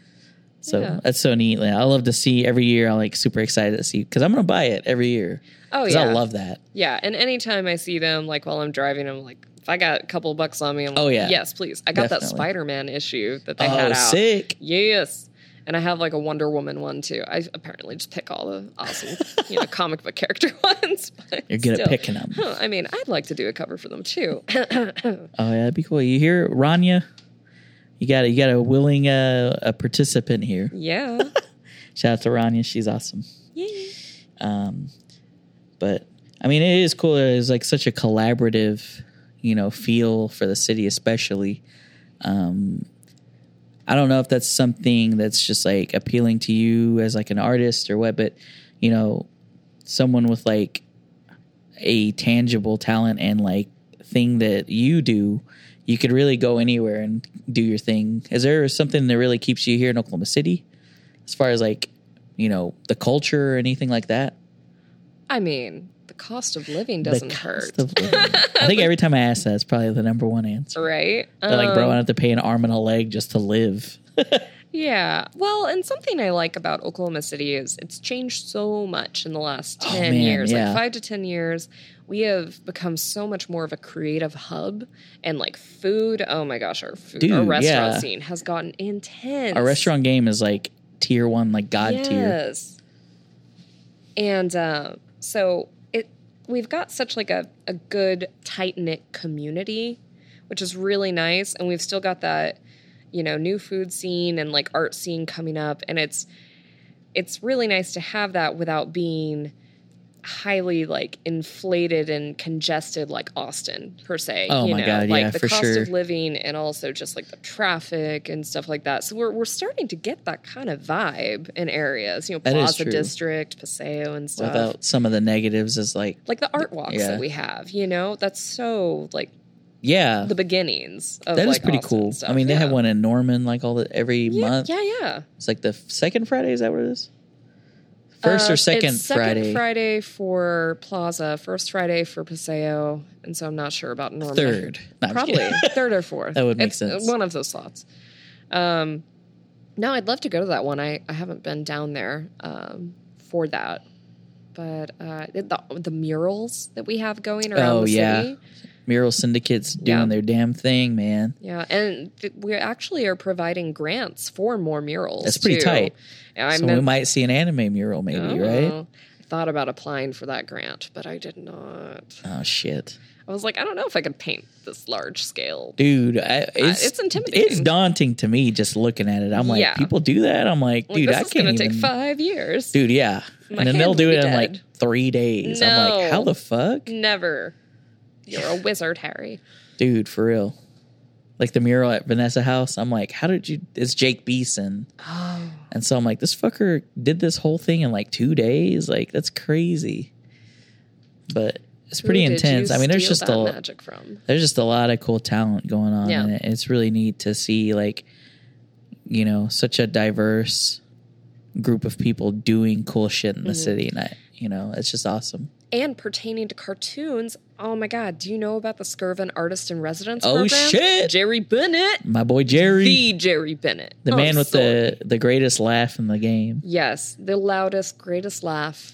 S1: So
S2: Yeah.
S1: that's so neat. Like, I love to see every year. I'm like super excited to see because I'm gonna buy it every year.
S2: Oh
S1: 'Cause
S2: yeah,
S1: I love that.
S2: yeah. And anytime I see them, like while I'm driving, I'm like, if I got a couple bucks on me, I'm like,
S1: Oh, yeah.
S2: yes, please. I got that
S1: Definitely.
S2: Spider-Man issue that they
S1: oh,
S2: had out.
S1: sick!
S2: Yes. And I have like a Wonder Woman one too. I apparently just pick all the awesome, you know, comic book character ones. But
S1: You're good at
S2: still.
S1: picking them.
S2: Huh, I mean, I'd like to do a cover for them too.
S1: Oh yeah, that'd be cool. You hear it, Rania? You got a, you got a willing uh, a participant here.
S2: yeah.
S1: Shout out to Rania, she's awesome.
S2: yeah.
S1: Um, but I mean, it is cool. It's like such a collaborative, you know, feel for the city, especially. Um, I don't know if that's something that's just like appealing to you as like an artist or what, but you know, someone with like a tangible talent and like thing that you do, you could really go anywhere and do your thing. Is there something that really keeps you here in Oklahoma City, as far as like you know the culture or anything like that?
S2: I mean, the cost of living doesn't
S1: the
S2: hurt,
S1: cost of living. I think every time I ask that, it's probably the number one answer.
S2: right?
S1: They're like, bro, I
S2: Um,
S1: have to pay an arm and a leg just to live.
S2: yeah. Well, and something I like about Oklahoma City is it's changed so much in the last
S1: Oh,
S2: 10
S1: man,
S2: years,
S1: yeah.
S2: like five to 10 years. We have become so much more of a creative hub and like food. Oh my gosh, our food, our
S1: Dude,
S2: restaurant
S1: yeah.
S2: scene has gotten intense.
S1: Our restaurant game is like tier one, like god tier.
S2: Yes. And uh, so it we've got such like a, a good tight knit community, which is really nice. And we've still got that, you know, new food scene and like art scene coming up. And it's it's really nice to have that without being highly like inflated and congested like Austin per se.
S1: Oh
S2: you
S1: my
S2: know?
S1: God,
S2: like
S1: yeah,
S2: the
S1: for
S2: cost
S1: sure.
S2: of living and also just like the traffic and stuff like that. So we're we're starting to get that kind of vibe in areas, you know,
S1: That is
S2: Plaza
S1: true.
S2: District, Paseo and stuff.
S1: Without some of the negatives, is like,
S2: like the art walks
S1: Yeah.
S2: that we have, you know, that's so like
S1: yeah,
S2: the beginnings of
S1: that is
S2: like,
S1: pretty
S2: Austin
S1: cool.
S2: and stuff.
S1: I mean, they
S2: yeah.
S1: have one in Norman like all the every
S2: yeah,
S1: month.
S2: Yeah, yeah.
S1: It's like the f- second Friday. Is that what it is? First
S2: Uh,
S1: or second,
S2: it's second
S1: Friday?
S2: Friday for Plaza, first Friday for Paseo, and so I'm not sure about Norma.
S1: Third, No, I'm just
S2: probably
S1: kidding.
S2: third or fourth.
S1: That would make
S2: It's
S1: sense.
S2: One of those slots. Um, no, I'd love to go to that one. I, I haven't been down there um, for that, but uh, the the murals that we have going around
S1: Oh,
S2: the
S1: yeah.
S2: city,
S1: Mural syndicates doing
S2: Yeah.
S1: their damn thing, man.
S2: yeah, and th- we actually are providing grants for more murals.
S1: That's pretty
S2: too.
S1: tight.
S2: And I
S1: so we
S2: meant-
S1: might see an anime mural, maybe, right?
S2: Oh, I thought about applying for that grant, but I did not.
S1: Oh shit.
S2: I was like, I don't know if I could paint this large scale.
S1: dude I, it's,
S2: Uh, it's intimidating.
S1: it's daunting to me just looking at it i'm like
S2: Yeah.
S1: people do that i'm like
S2: Like,
S1: dude
S2: this
S1: i
S2: is going
S1: can't
S2: to
S1: even
S2: take five years.
S1: dude yeah and
S2: My
S1: then
S2: hand
S1: they'll
S2: will
S1: do
S2: be
S1: it in
S2: dead.
S1: like three days i'm like
S2: No. Mm.
S1: how the fuck
S2: Never. You're a wizard, Harry.
S1: dude for real like the mural at vanessa house i'm like how did you it's jake beeson
S2: Oh.
S1: and so i'm like this fucker did this whole thing in like two days like that's crazy but it's pretty intense i mean there's just a
S2: magic from.
S1: there's just a lot of cool talent going on
S2: Yeah.
S1: and it. it's really neat to see like you know such a diverse group of people doing cool shit in
S2: Mm-hmm.
S1: the city and I, you know it's just awesome
S2: And pertaining to cartoons, oh my god, do you know about the Skirvin Artist in Residence
S1: Oh,
S2: program?
S1: shit!
S2: Jerry Bennett,
S1: my boy jerry the,
S2: the Jerry Bennett, Oh,
S1: man with
S2: sorry.
S1: the the greatest laugh in the game
S2: yes, the loudest, greatest laugh.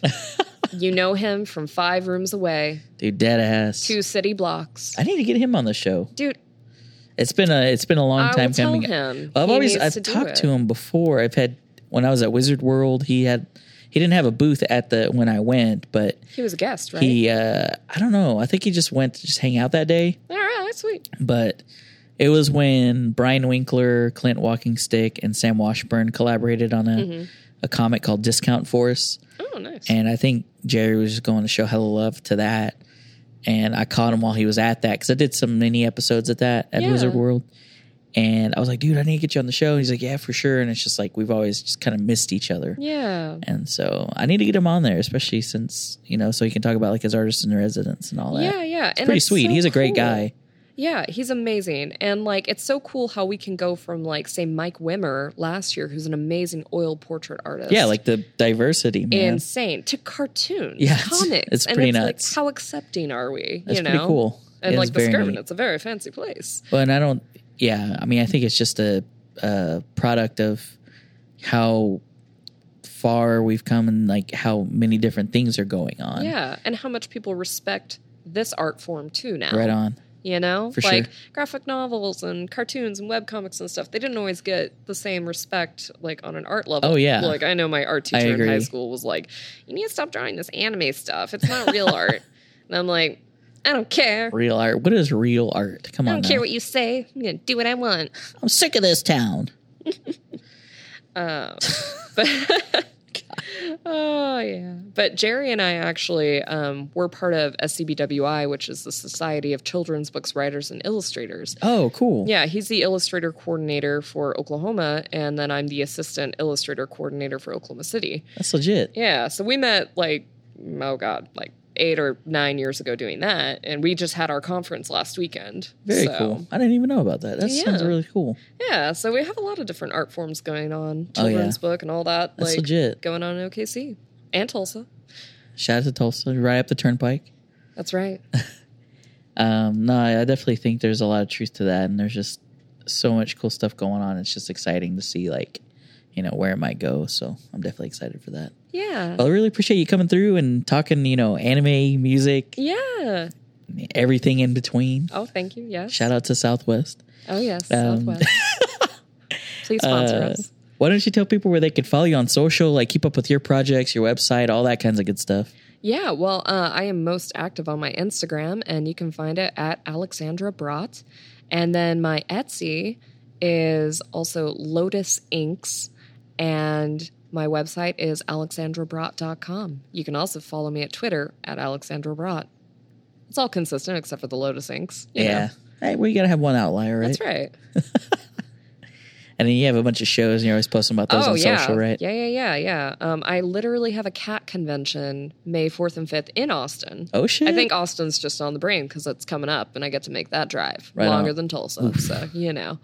S2: you know him from Five Rooms Away,
S1: dude dead ass
S2: Two City Blocks.
S1: i need to get him on the show
S2: Dude,
S1: It's been a it's been a long
S2: I
S1: time
S2: will tell
S1: coming.
S2: him.
S1: I've
S2: He
S1: always
S2: needs
S1: I've
S2: to do
S1: talked
S2: it.
S1: to him before. I've had when I was at Wizard World, he had he didn't have a booth at the when I went, but
S2: He was a guest, right?
S1: he uh I don't know. I think he just went to just hang out that day,
S2: All right, sweet.
S1: but it was when Brian Winkler, Clint Walking Stick, and Sam Washburn collaborated on a
S2: Mm-hmm.
S1: a comic called Discount Force.
S2: Oh, nice.
S1: And I think Jerry was just going to show hella love to that. And I caught him while he was at that because I did some mini episodes at that at
S2: Yeah.
S1: Wizard World. And I was like, dude, I need to get you on the show. And he's like, yeah, for sure. And it's just like, we've always just kind of missed each other.
S2: yeah.
S1: And so I need to get him on there, especially since, you know, so he can talk about like his artist in residence and all that.
S2: Yeah, yeah.
S1: It's pretty sweet.
S2: so
S1: He's a great
S2: cool.
S1: guy.
S2: Yeah, he's amazing. And like it's so cool how we can go from like say Mike Wimmer last year who's an amazing oil portrait artist.
S1: Yeah, like the diversity, man.
S2: insane to cartoons,
S1: Yeah, it's-
S2: comics.
S1: it's
S2: and
S1: pretty
S2: it's
S1: nuts.
S2: Like, how accepting are we?
S1: That's
S2: you know?
S1: pretty cool.
S2: And
S1: It
S2: like
S1: is
S2: the
S1: very
S2: Skirvin,
S1: neat.
S2: it's a very fancy place.
S1: Well, and I don't. Yeah, I mean, I think it's just a, a product of how far we've come and like how many different things are going on.
S2: Yeah. And how much people respect this art form too now.
S1: Right on.
S2: You know?
S1: For
S2: like
S1: sure.
S2: graphic novels and cartoons and webcomics and stuff, they didn't always get the same respect like on an art level.
S1: Oh, yeah.
S2: Like I know my art
S1: I
S2: teacher in high
S1: agree.
S2: school was like, You need to stop drawing this anime stuff. It's not real art. And I'm like, I don't care.
S1: Real art. What is real art? Come
S2: I
S1: on.
S2: don't
S1: now.
S2: care what you say. I'm gonna do what I want.
S1: I'm sick of this town.
S2: Um, but oh yeah, but Jerry and I actually um, were part of SCBWI, which is the Society of Children's Books Writers and Illustrators.
S1: Oh, cool.
S2: Yeah, he's the illustrator coordinator for Oklahoma, and then I'm the assistant illustrator coordinator for Oklahoma City.
S1: That's legit.
S2: Yeah, so we met like oh god, like eight or nine years ago doing that, and we just had our conference last weekend.
S1: Very
S2: So,
S1: cool. I didn't even know about that. That sounds
S2: Yeah.
S1: really cool.
S2: Yeah, so we have a lot of different art forms going on,
S1: Oh, yeah.
S2: children's book and all that.
S1: That's
S2: like,
S1: legit.
S2: going on in OKC and Tulsa.
S1: Shout out to Tulsa, right up the turnpike.
S2: That's right.
S1: Um, no, I I definitely think there's a lot of truth to that, and there's just so much cool stuff going on. It's just exciting to see, like, you know, where it might go. So I'm definitely excited for that.
S2: Yeah.
S1: I really appreciate you coming through and talking, you know, anime, music,
S2: Yeah.
S1: everything in between.
S2: Oh, thank you. Yes.
S1: Shout out to Southwest.
S2: Oh, yes.
S1: Um,
S2: Southwest. Please sponsor
S1: uh,
S2: us.
S1: Why don't you tell people where they could follow you on social, like keep up with your projects, your website, all that kinds of good stuff.
S2: Yeah. Well, uh, I am most active on my Instagram, and you can find it at Alexandra Brat. And then my Etsy is also Lotus Inks. And my website is alexandrabrat.com. You can also follow me at Twitter at Alexandra Brat. It's all consistent except for the Lotus Inks. you know.
S1: Yeah. Hey, well, you gotta have one outlier, right?
S2: That's right.
S1: And then you have a bunch of shows, and you're always posting about those on
S2: Oh, yeah.
S1: social, right?
S2: Yeah, yeah, yeah, yeah. Um, I literally have a cat convention May 4th and 5th in Austin.
S1: Oh shit!
S2: I think Austin's just on the brain because it's coming up and I get to make that drive
S1: Right
S2: longer
S1: on.
S2: than Tulsa. So, you know.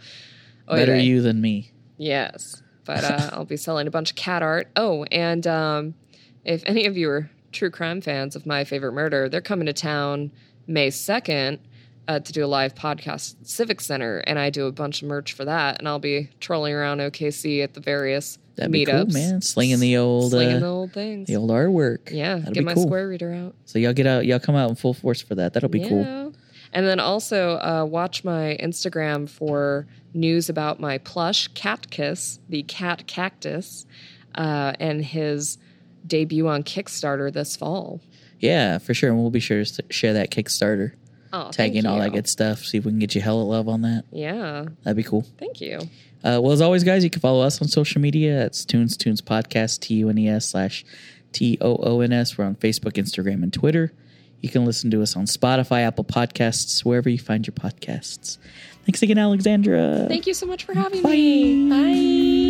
S2: Oy
S1: better
S2: vey.
S1: you than me.
S2: Yes. But uh, I'll be selling a bunch of cat art. Oh, and um, if any of you are true crime fans of My Favorite Murder, they're coming to town May 2nd uh, to do a live podcast at Civic Center. And I do a bunch of merch for that. And I'll be trolling around OKC at the various
S1: That'd be
S2: meetups.
S1: cool, man. Slinging the old,
S2: slinging
S1: uh,
S2: the old things.
S1: the old artwork.
S2: yeah,
S1: that'd
S2: get
S1: be
S2: my
S1: cool.
S2: square reader out.
S1: So y'all get out, y'all come out in full force for that. That'll be cool.
S2: And then also uh, watch my Instagram for news about my plush catkiss, the cat cactus, uh, and his debut on Kickstarter this fall.
S1: Yeah, for sure. And we'll be sure to s- share that Kickstarter,
S2: Oh, thank
S1: tagging all
S2: you.
S1: that good stuff. See if we can get you hella love on that.
S2: Yeah,
S1: That'd be cool.
S2: thank you.
S1: Uh, well, as always, guys, you can follow us on social media. It's Tunes Tunes Podcast, T U N E S slash T O O N S. We're on Facebook, Instagram, and Twitter. You can listen to us on Spotify, Apple Podcasts, wherever you find your podcasts. Thanks again, Alexandra.
S2: Thank you so much for having
S1: Bye.
S2: me. Bye.